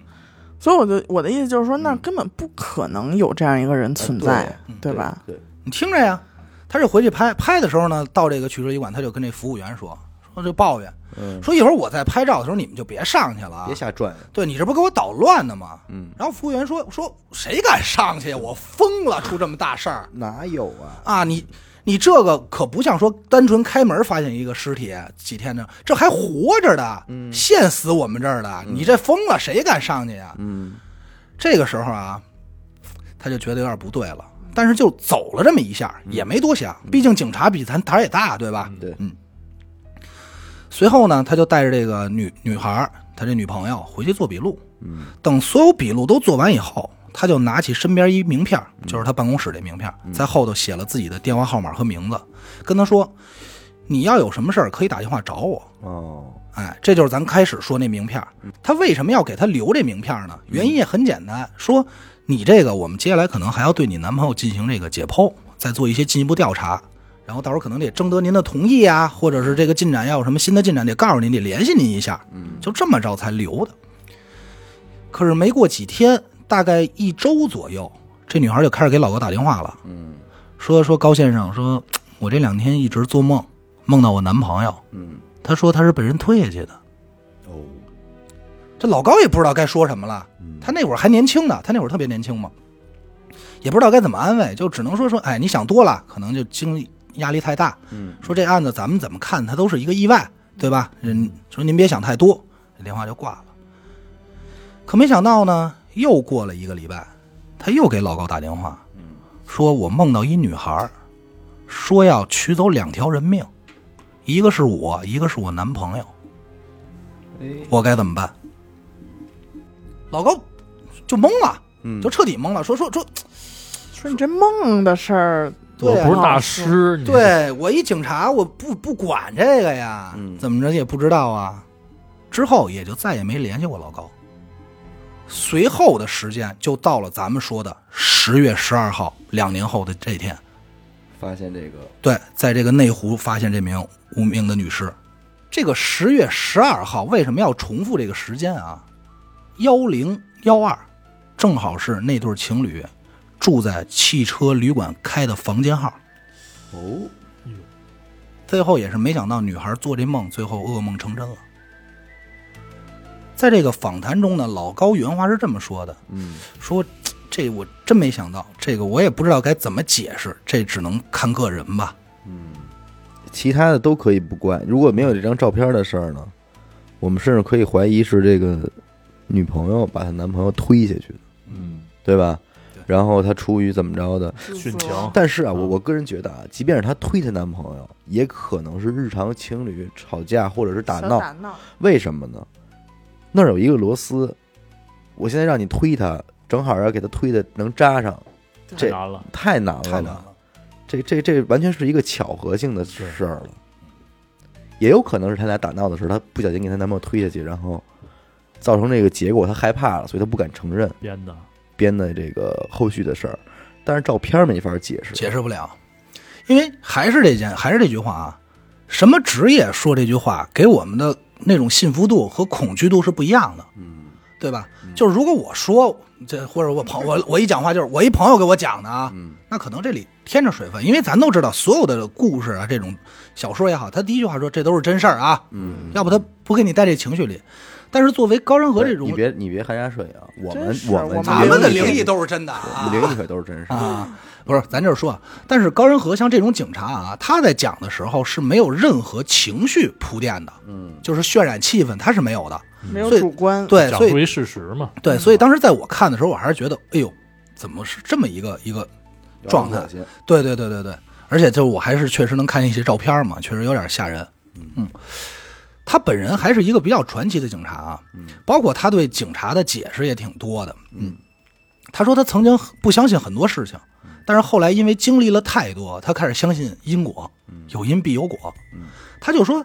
S4: 所以我就我的意思就是说，那儿根本不可能有这样一个人存在，
S1: 哎
S4: 对吧？？
S1: 对，
S2: 你听着呀，他这回去拍拍的时候呢，到这个汽车医馆，他就跟这服务员说，说就抱怨，
S1: 嗯，
S2: 说一会儿我在拍照的时候你们就别上去了啊
S1: 别，瞎转，
S2: 对你这不给我捣乱呢吗？
S1: 嗯，
S2: 然后服务员说说谁敢上去呀？我疯了，出这么大事儿
S1: 哪有啊？
S2: 啊！你你这个可不像说单纯开门发现一个尸体几天呢，这还活着的，
S1: 嗯
S2: 现死我们这儿的，你这疯了，谁敢上去呀？
S1: 嗯
S2: 这个时候啊，他就觉得有点不对了，但是就走了这么一下，也没多想，毕竟警察比咱胆儿也大，对吧？
S1: 嗯对
S2: 嗯。随后呢，他就带着这个女女孩儿，他这女朋友回去做笔录。
S1: 嗯，
S2: 等所有笔录都做完以后，他就拿起身边一名片儿，就是他办公室这名片儿，在后头写了自己的电话号码和名字，跟他说：“你要有什么事儿可以打电话找我。”
S1: 哦，
S2: 哎，这就是咱开始说那名片儿。他为什么要给他留这名片儿呢？原
S1: 嗯
S2: 因也很简单，说你这个我们接下来可能还要对你男朋友进行这个解剖，再做一些进一步调查。然后到时候可能得征得您的同意啊，或者是这个进展要有什么新的进展，得告诉您，得联系您一下。
S1: 嗯，
S2: 就这么着才留的。可是没过几天，大概一周左右，这女孩就开始给老高打电话了。
S1: 嗯，
S2: 说说高先生，说我这两天一直做梦，梦到我男朋友，
S1: 嗯，
S2: 他说他是被人推下去的。
S1: 哦，
S2: 这老高也不知道该说什么了，他那会儿还年轻呢，他那会儿特别年轻嘛，也不知道该怎么安慰，就只能说说，哎，你想多了，可能就经历压力太大。
S1: 嗯，
S2: 说这案子咱们怎么看，它都是一个意外，对吧？人说您别想太多，这电话就挂了。可没想到呢，又过了一个礼拜，他又给老高打电话，说我梦到一女孩儿，说要取走两条人命，一个是我，一个是我男朋友，我该怎么办？老高就懵了，
S1: 嗯
S2: 就彻底懵了，说说说，
S4: 说你这梦的事儿，
S2: 对啊
S3: 我不是大师，
S1: 嗯
S3: 你
S2: 对我一警察，我不不管这个呀，
S1: 嗯
S2: 怎么着也不知道啊。之后也就再也没联系过老高。随后的时间就到了咱们说的十月十二号，两年后的这天，
S1: 发现这个，
S2: 对，在这个内湖发现这名无名的女尸。这个十月十二号为什么要重复这个时间啊？幺零幺二，正好是那对情侣住在汽车旅馆开的房间号。
S1: 哦，
S2: 最后也是没想到女孩做这梦，最后噩梦成真了。在这个访谈中呢，老高原话是这么说的
S1: 嗯，：“
S2: 说这我真没想到，这个我也不知道该怎么解释，这只能看个人吧。
S1: 其他的都可以不怪。如果没有这张照片的事儿呢，我们甚至可以怀疑是这个女朋友把她男朋友推下去的，
S3: 嗯，
S1: 对吧
S2: 对？哦
S1: 然后她出于怎么着的？
S3: 殉情，
S1: 但是啊，我我个人觉得啊，即便是她推她男朋友，也可能是日常情侣吵架或者是打
S4: 小
S1: 闹。
S4: 打闹，
S1: 为什么呢？那儿有一个螺丝，我现在让你推它，正好要给它推的能扎上，
S3: 太
S1: 这
S3: 难了，
S1: 太难了，
S2: 太难了，
S1: 这这这完全是一个巧合性的事儿了。也有可能是她俩打闹的时候，她不小心给她男朋友推下去，然后造成这个结果，她害怕了，所以她不敢承认
S3: 编的，
S1: 编的这个后续的事儿。但是照片没法解释，
S2: 解释不了。因为还是这件，还是这句话啊，什么职业说这句话，给我们的那种信服度和恐惧度是不一样的。嗯。对吧？就是如果我说这，或者我朋我我一讲话就是我一朋友给我讲的啊，
S1: 嗯
S2: 那可能这里添着水分，因为咱都知道所有的故事啊，这种小说也好，他第一句话说这都是真事儿啊，嗯，要不他不给你带这情绪里。但是作为高山河这种
S1: 你，别你别含沙射影，我
S4: 真
S1: 们
S4: 是
S1: 们
S4: 我
S2: 咱们的灵异
S1: 都
S2: 都是真的啊，
S1: 灵异可都是真事儿。
S2: 啊，不是，咱就是说，啊，但是高仁和像这种警察啊，他在讲的时候是没有任何情绪铺垫的，嗯，就是渲染气氛，他是没有的。
S4: 没有
S2: 所以
S4: 主观，
S2: 对，
S3: 讲
S2: 哎所
S3: 出
S2: 以
S3: 一事实嘛，
S2: 对，所以当时在我看的时候，我还是觉得，哎呦，怎么是这么一个一个状态
S1: 有点恶？心
S2: 对对对对对，而且就我还是确实能看见一些照片嘛，确实有点吓人。嗯，他本人还是一个比较传奇的警察啊，包括他对警察的解释也挺多的。嗯，他说他曾经不相信很多事情，但是后来因为经历了太多，他开始相信因果，有因必有果。他就说。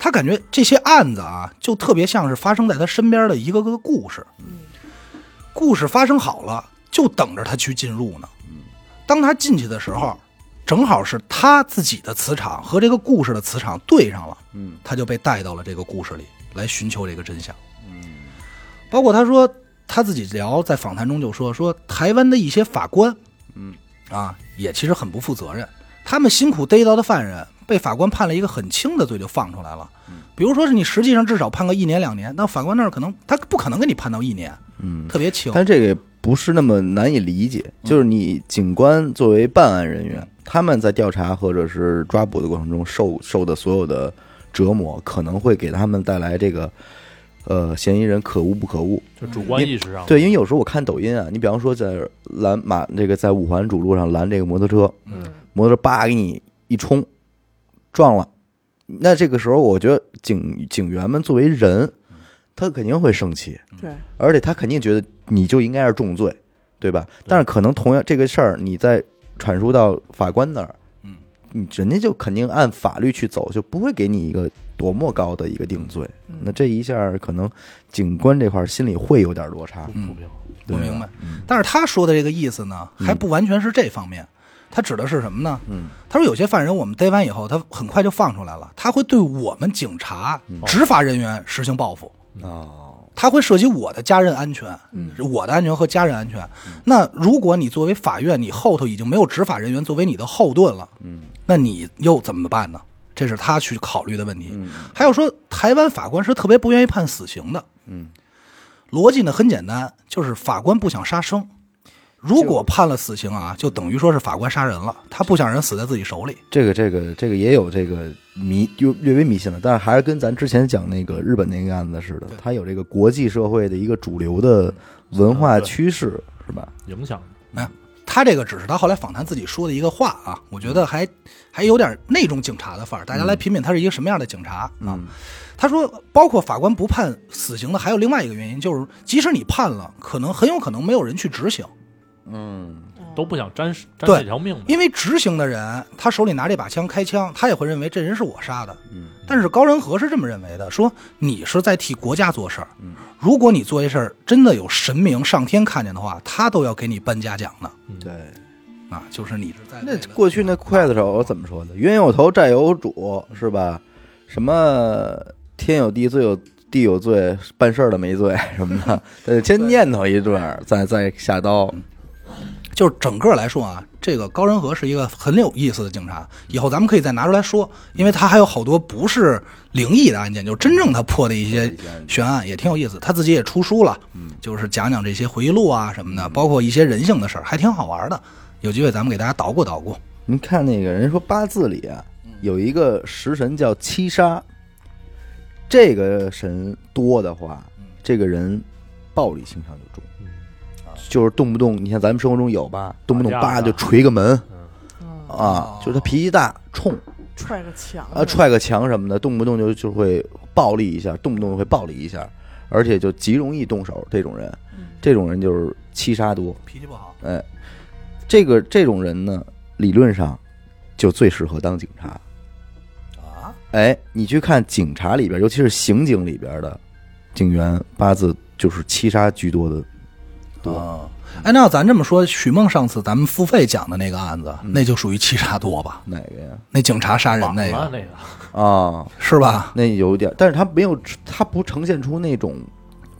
S2: 他感觉这些案子啊，就特别像是发生在他身边的一个个故事，故事发生好了，就等着他去进入呢。当他进去的时候，正好是他自己的磁场和这个故事的磁场对上了，
S1: 嗯，
S2: 他就被带到了这个故事里来寻求这个真相。嗯，包括他说他自己聊在访谈中就说说台湾的一些法官，嗯，啊，也其实很不负责任，他们辛苦逮到的犯人被法官判了一个很轻的罪就放出来了。比如说是你实际上至少判个一年两年，那法官那儿可能他不可能给你判到一年，嗯，特别轻，
S1: 但这个也不是那么难以理解，就是你警官作为办案人员，他们在调查或者是抓捕的过程中受受的所有的折磨，可能会给他们带来这个。呃，嫌疑人可恶不可恶？
S3: 就主观意识上，
S1: 对，因为有时候我看抖音啊，你比方说在拦马这个在五环主路上拦这个摩托车，
S4: 嗯，
S1: 摩托车叭给你一冲，撞了。那这个时候，我觉得警警员们作为人，他肯定会生气，
S4: 对，
S1: 而且他肯定觉得你就应该是重罪，对吧？但是可能同样这个事儿，你再阐述到法官那儿，
S2: 嗯，
S1: 你人家就肯定按法律去走，就不会给你一个多么高的一个定罪。
S4: 嗯
S1: 那这一下儿可能警官这块儿心里会有点落差
S3: 不，不平，
S2: 我
S1: 对吧啊嗯
S2: 明白。但是他说的这个意思呢，还不完全是这方面。他指的是什么呢？
S1: 嗯，
S2: 他说有些犯人我们逮完以后，他很快就放出来了，他会对我们警察、
S1: 嗯
S2: 执法人员实行报复。
S1: 哦，
S2: 它会涉及我的家人安全，我的安全和家人安全。那如果你作为法院，你后头已经没有执法人员作为你的后盾了，嗯，那你又怎么办呢？这是他去考虑的问题。还有说，台湾法官是特别不愿意判死刑的，嗯，逻辑呢很简单，就是法官不想杀生。如果判了死刑啊，就等于说是法官杀人了，他不想人死在自己手里。
S1: 这个这个这个也有这个迷，就略微迷信了，但是还是跟咱之前讲那个日本那个案子似的，它有这个国际社会的一个主流的文化趋势，是吧？
S3: 影响。
S2: 哎，他这个只是他后来访谈自己说的一个话啊，我觉得还还有点那种警察的范儿。大家来品品他是一个什么样的警察啊？他说，包括法官不判死刑的，还有另外一个原因，就是即使你判了，可能很有可能没有人去执行，
S1: 嗯，
S4: 哦
S3: 都不想沾沾
S2: 对
S3: 这条命吧。
S2: 因为执行的人他手里拿这把枪开枪，他也会认为这人是我杀的。但是高仁和是这么认为的，说你是在替国家做事儿，如果你做这事儿真的有神明上天看见的话，他都要给你颁嘉奖的
S1: 对。
S2: 啊，就是你是在
S1: 那
S2: 为了
S1: 过去那刽子手怎么说的？冤有头，债有主，是吧？什么天有地，罪有地有罪，办事儿的没罪什么的，得先念头一顿儿，再再下刀。
S2: 就是整个来说啊，这个高仁和是一个很有意思的警察，以后咱们可以再拿出来说，因为他还有好多不是灵异的案件，就是真正他破的一些悬案也挺有意思。他自己也出书了，就是讲讲这些回忆录啊什么的，包括一些人性的事儿，还挺好玩的。有机会咱们给大家捣鼓捣鼓。
S1: 您看那个人说八字里啊，有一个食神叫七杀，这个神多的话，这个人暴力倾向就重，
S3: 嗯
S1: 就是动不动你像咱们生活中有吧，动不动
S3: 打架
S1: 叭
S3: 啊
S1: 就捶个门
S4: 嗯
S1: 啊，就是他脾气大冲。
S4: 踹个墙
S1: 啊，踹个墙什么的，动不动就就会暴力一下，动不动会暴力一下，而且就极容易动手。这种人，
S4: 嗯
S1: 这种人就是七杀多。
S2: 脾气不好，
S1: 哎，这个这种人呢，理论上就最适合当警察
S2: 啊。
S1: 哎，你去看警察里边，尤其是刑警里边的警员，八字就是七杀居多的多。
S2: 啊，哎，那要咱这么说，许梦上次咱们付费讲的那个案子，那就属于欺杀多吧？
S1: 哪个呀？
S2: 那警察杀人
S3: 绑
S2: 那
S3: 了
S2: 个
S3: 嗯那个，
S1: 啊、
S2: 是吧？
S1: 那有点，但是他没有，他不呈现出那种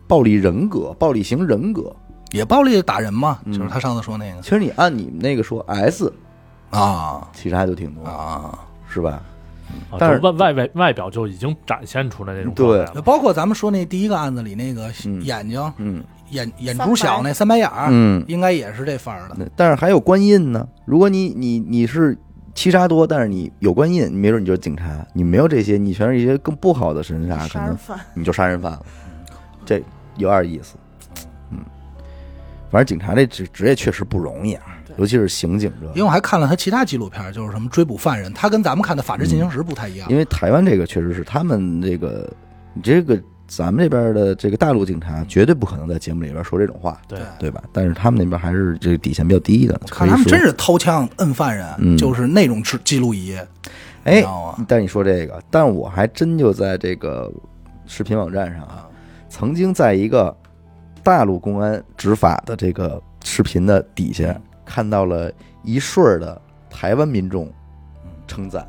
S1: 暴力人格、暴力型人格。
S2: 也暴力打人嘛，就是他上次说那个
S1: 其实你按你们那个说，S
S2: 啊
S1: 其实还就挺多，
S2: 啊，
S1: 是吧？
S3: 啊
S1: 但是
S3: 就外外外外表就已经展现出来那种
S1: 对
S3: 状态了
S2: 包括咱们说那第一个案子里那个
S1: 嗯
S2: 眼睛、
S1: 嗯
S2: 眼眼珠小那三白眼儿，
S1: 嗯，
S2: 应该也是这范儿的。
S1: 那但是还有官印呢。如果你你你是七杀多，但是你有官印，你没准你就是警察；你没有这些，你全是一些更不好的神杀，啊可
S4: 杀人
S1: 能
S4: 犯，
S1: 你就杀人犯了。这有点意思，嗯。反正警察这职职业确实不容易啊，尤其是刑警
S2: 因为
S1: 这，
S2: 我还看了他其他纪录片儿，就是什么追捕犯人，他跟咱们看的《法制进行时》不太一样
S1: 嗯因。为台湾这个确实是他们这个，你这个咱们这边的这个大陆警察绝对不可能在节目里边说这种话，
S3: 对，
S1: 对吧？但是他们那边还是这个底线比较低的，
S2: 我
S1: 可
S2: 看
S1: 以
S2: 他们
S1: 说
S2: 真是掏枪摁犯人，
S1: 嗯
S2: 就是那种制记录仪，你
S1: 哎
S2: 知，道吗？
S1: 但是你说这个，但我还真就在这个视频网站上啊，
S2: 啊，
S1: 曾经在一个大陆公安执法的这个视频的底下，看到了一顺儿的台湾民众称赞，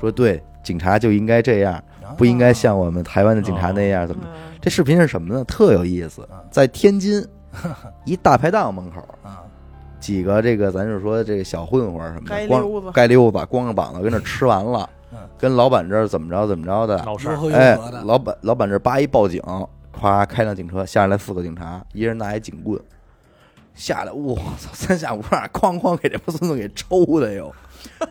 S1: 说对警察就应该这样，嗯不应该像我们台湾的警察那样，怎么？
S4: 嗯
S1: 这视频是什么呢？特有意思
S2: 嗯，
S1: 在天 津一大排档门口，
S2: 啊，
S1: 几个这个咱就说这个小混混什么
S4: 该
S1: 的，
S4: 溜子
S1: 光该溜子，光着膀子跟那吃完了
S2: 嗯，
S1: 跟老板这儿怎么着怎么着的，
S3: 闹事
S2: 如
S3: 儿。
S2: 何如
S1: 哎
S2: 何，的，
S1: 老板老板这儿叭一报警，咵开辆警车下来四个警察，一人拿一警棍，下来我操三下五除二，哐哐给这帮孙子给抽的哟，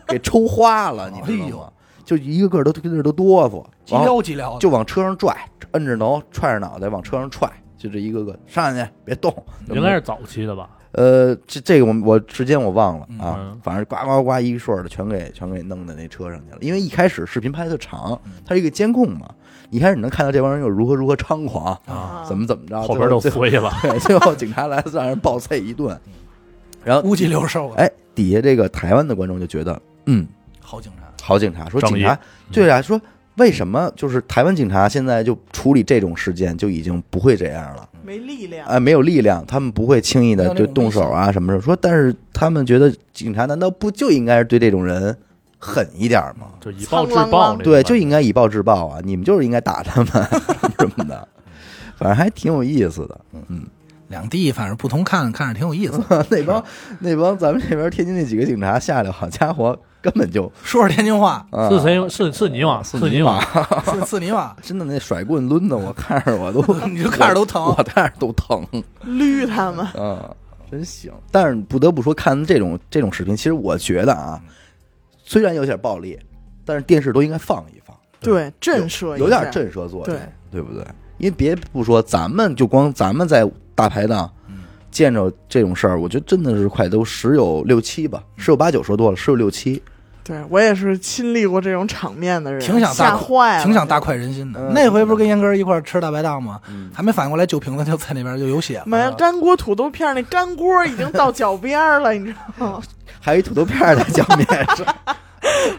S1: 给抽花了，你知
S2: 哎
S1: 道吗
S2: 呦？
S1: 就一个个都跟这都哆嗦，
S2: 急
S1: 然后
S2: 撩急撩的，
S1: 哦就往车上拽，摁着头踹着脑袋往车上踹，就这一个个上去别动，
S3: 应该是早期的吧？
S1: 呃，这这个我我时间我忘了啊
S3: 嗯，
S1: 反正呱呱呱一顺儿的全给全给弄到那车上去了。因为一开始视频拍的长，它是一个监控嘛，一开始你能看到这帮人又如何如何猖狂，
S4: 啊
S1: 怎么怎么着，
S3: 后边就
S1: 最后
S3: 衰了。
S1: 最后最后警察来了，让人暴揍一顿，然后
S2: 乌鸡溜兽的，
S1: 哎，底下这个台湾的观众就觉得，嗯，
S2: 好警察。
S1: 好警察说
S3: 正义
S1: 警察
S2: 嗯
S1: 对啊，说为什么就是台湾警察现在就处理这种事件就已经不会这样了？
S4: 没力量。
S1: 哎，没有力量，他们不会轻易
S2: 没
S1: 的
S2: 有那
S1: 就
S2: 种
S1: 动手啊什么的。说，但是他们觉得警察难道不就应该是对这种人狠一点吗？
S3: 就以暴制暴那种感觉，
S1: 对，就应该以暴制暴啊！你们就是应该打他们 什么的，反正还挺有意思的。
S2: 两地反正不同看，看着挺有意思。
S1: 那帮那帮咱们这边天津那几个警察下来，好家伙，根本就
S2: 说说天津话，
S1: 啊
S3: 是谁？是是你往，是
S1: 你
S3: 往，
S2: 是刺你吧？
S1: 真的那甩棍抡的，我看着我都
S2: 你就看着都疼
S1: 我我看着都疼
S4: 捋他们，
S1: 啊！真行。但是不得不说，看这种这种视频，其实我觉得啊，
S4: 嗯
S1: 虽然有点暴力，但是电视都应该放一放。
S4: 对，震慑一下
S1: 有点，震慑作用，
S4: 对
S1: 对不对？因为别不说，咱们就光咱们在大排档
S4: 嗯
S1: 见着这种事儿，我觉得真的是快都十有六七吧，十有八九说多了，十有六七。
S4: 对我也是亲历过这种场面的人，
S2: 挺想大
S4: 吓坏了，
S2: 挺想大快人心的。
S1: 嗯
S2: 那回不是跟严哥一块儿吃大排档吗？还没反应过来，酒瓶子就在那边就有
S1: 嗯
S2: 血
S4: 买
S2: 了。
S4: 干锅土豆片儿，那干锅已经到脚边儿了，你知道吗？
S1: 还有一土豆片儿在酱面 上，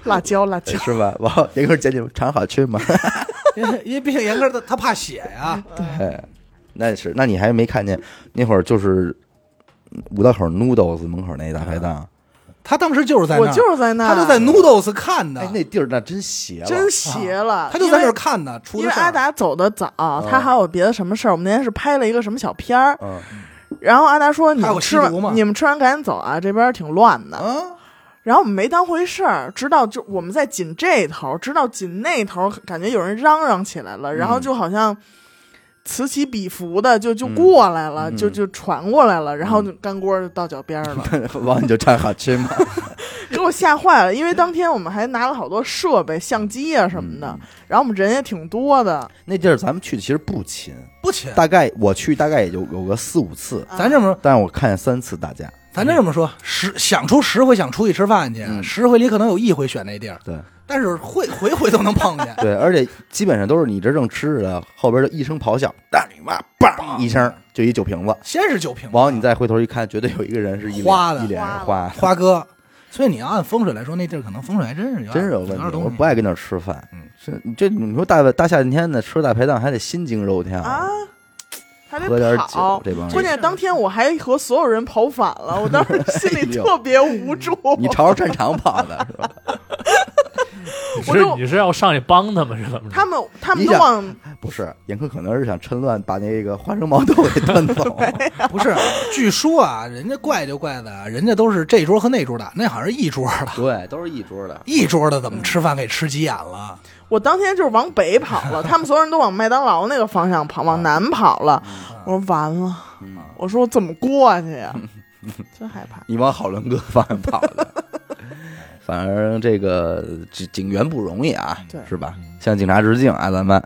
S4: 辣椒，辣椒，
S1: 是吧？完，一会儿捡起来尝好吃吗？
S2: 因为因为毕竟严哥他他怕血呀。
S1: 哎，那是，那你还没看见那会儿就是五道口 noodles 门口那大排
S4: 啊
S1: 档，
S2: 他当时就是在那
S4: 我
S2: 儿，
S4: 就是在那儿，
S2: 他就在 Noodles 看的
S1: 哎，，那地儿那真邪了，
S4: 真邪了，
S2: 啊他就在那儿看的。出
S4: 因为。
S2: 的
S4: 因为
S2: 事
S4: 阿
S2: 儿，
S4: 达走的早，
S2: 啊
S4: 他还有别的什么事儿。我们那天是拍了一个什么小片儿，
S1: 嗯
S4: 然后阿达说：“你
S2: 还有
S4: 们
S2: 个
S4: 吃
S2: 吸毒嘛
S4: 完，你们吃完赶紧走啊，这边儿挺乱的。
S1: 啊，
S4: 然后我们没当回事儿，直到就我们在紧这头，直到紧那头，感觉有人嚷嚷起来
S2: 嗯
S4: 了，然后就好像此起彼伏的就
S2: 嗯
S4: 就过来了，就就传过来了，然后就干锅就到脚边儿了，
S2: 嗯
S1: 完你就尝好吃吗？
S4: 给我吓坏了。因为当天我们还拿了好多设备、相机啊什么
S2: 嗯
S4: 的，然后我们人也挺多的，
S1: 那地儿咱们去的其实不勤，
S2: 不亲。
S1: 大概我去大概也就有个四五次，
S2: 咱这么说，
S1: 但是我看见三次打架。
S2: 咱这么说，十想出十回想出去吃饭去，十回里可能有一回选那地儿，
S1: 对。
S2: 但是会回回都能碰见
S1: 对，而且基本上都是你这正吃着呢，后边就一声咆哮，大你妈，
S2: 梆
S1: 梆一声就一酒瓶子，
S2: 先是酒瓶子，
S1: 完了你再回头一看，绝对有一个人是一脸
S2: 花的
S1: 一脸是花，
S2: 花哥，所以你要按风水来说，那地儿可能风水还真是有点
S1: 真是有
S2: 有
S1: 问
S2: 点
S1: 题。
S2: 东
S1: 我
S2: 西
S1: 不爱跟那儿吃饭，
S2: 嗯
S1: 是你这你说大大夏天的吃大排档还得心惊肉跳
S4: 啊，还得
S1: 喝点
S4: 跑
S1: 酒。这帮
S4: 关
S1: 人。
S4: 键当天我还和所有人跑反了，我当时心
S1: 哎
S4: 里
S1: 呦
S4: 特别无助。
S1: 你朝着战场跑的是吧？
S3: 你
S4: 我
S3: 是
S4: 就
S3: 你是要上去帮他们是怎么 着？
S4: 他们他们
S1: 你
S4: 都
S1: 想
S4: 往
S1: 不是，严苛可能是想趁乱把那个花生毛豆给端走。
S2: 不是，据说啊，人家怪就怪在啊，人家都是这桌和那桌的，那好像是一桌的，
S1: 对，都是一桌的。
S2: 一桌的怎么吃饭给吃急眼了？
S4: 我当天就是往北跑了，他们所有人都往麦当劳那个方向跑，往南跑了。
S1: 嗯
S4: 我说完了，我说我怎么过去 呀？真害怕。
S1: 你往好伦哥方向跑 的。反正这个警警员不容易啊，
S4: 对嗯
S1: 是吧？向警察致敬啊，咱们。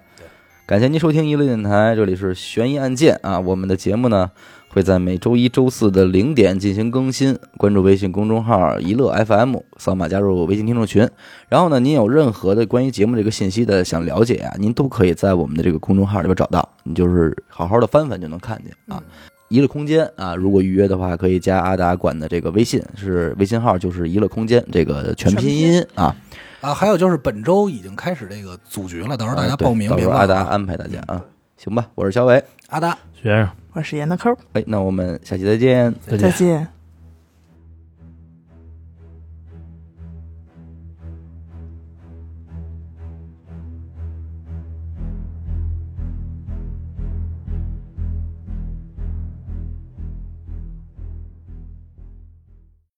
S1: 感谢您收听一路电台，这里是悬疑案件啊。我们的节目呢会在每周一周四的零点进行更新，关注微信公众号“一乐 FM”，扫码加入微信听众群。然后呢，您有任何的关于节目这个信息的想了解啊，您都可以在我们的这个公众号里边找到，你就是好好的翻翻就能看见啊。
S2: 嗯
S1: 一乐空间啊，如果预约的话，可以加阿达管的这个微信，是微信号就是一乐空间这个全拼音啊。
S2: 啊，还有就是本周已经开始这个组局了，到时候大家
S1: 啊对
S2: 报名
S1: 到
S2: 别
S1: 时候
S2: 忘
S1: 阿达
S2: 了。
S1: 安排大家啊。行吧，我是小伟，
S2: 阿达，
S3: 学生，
S4: 我是严的抠，
S1: 哎，那我们下期再见。
S4: 再见。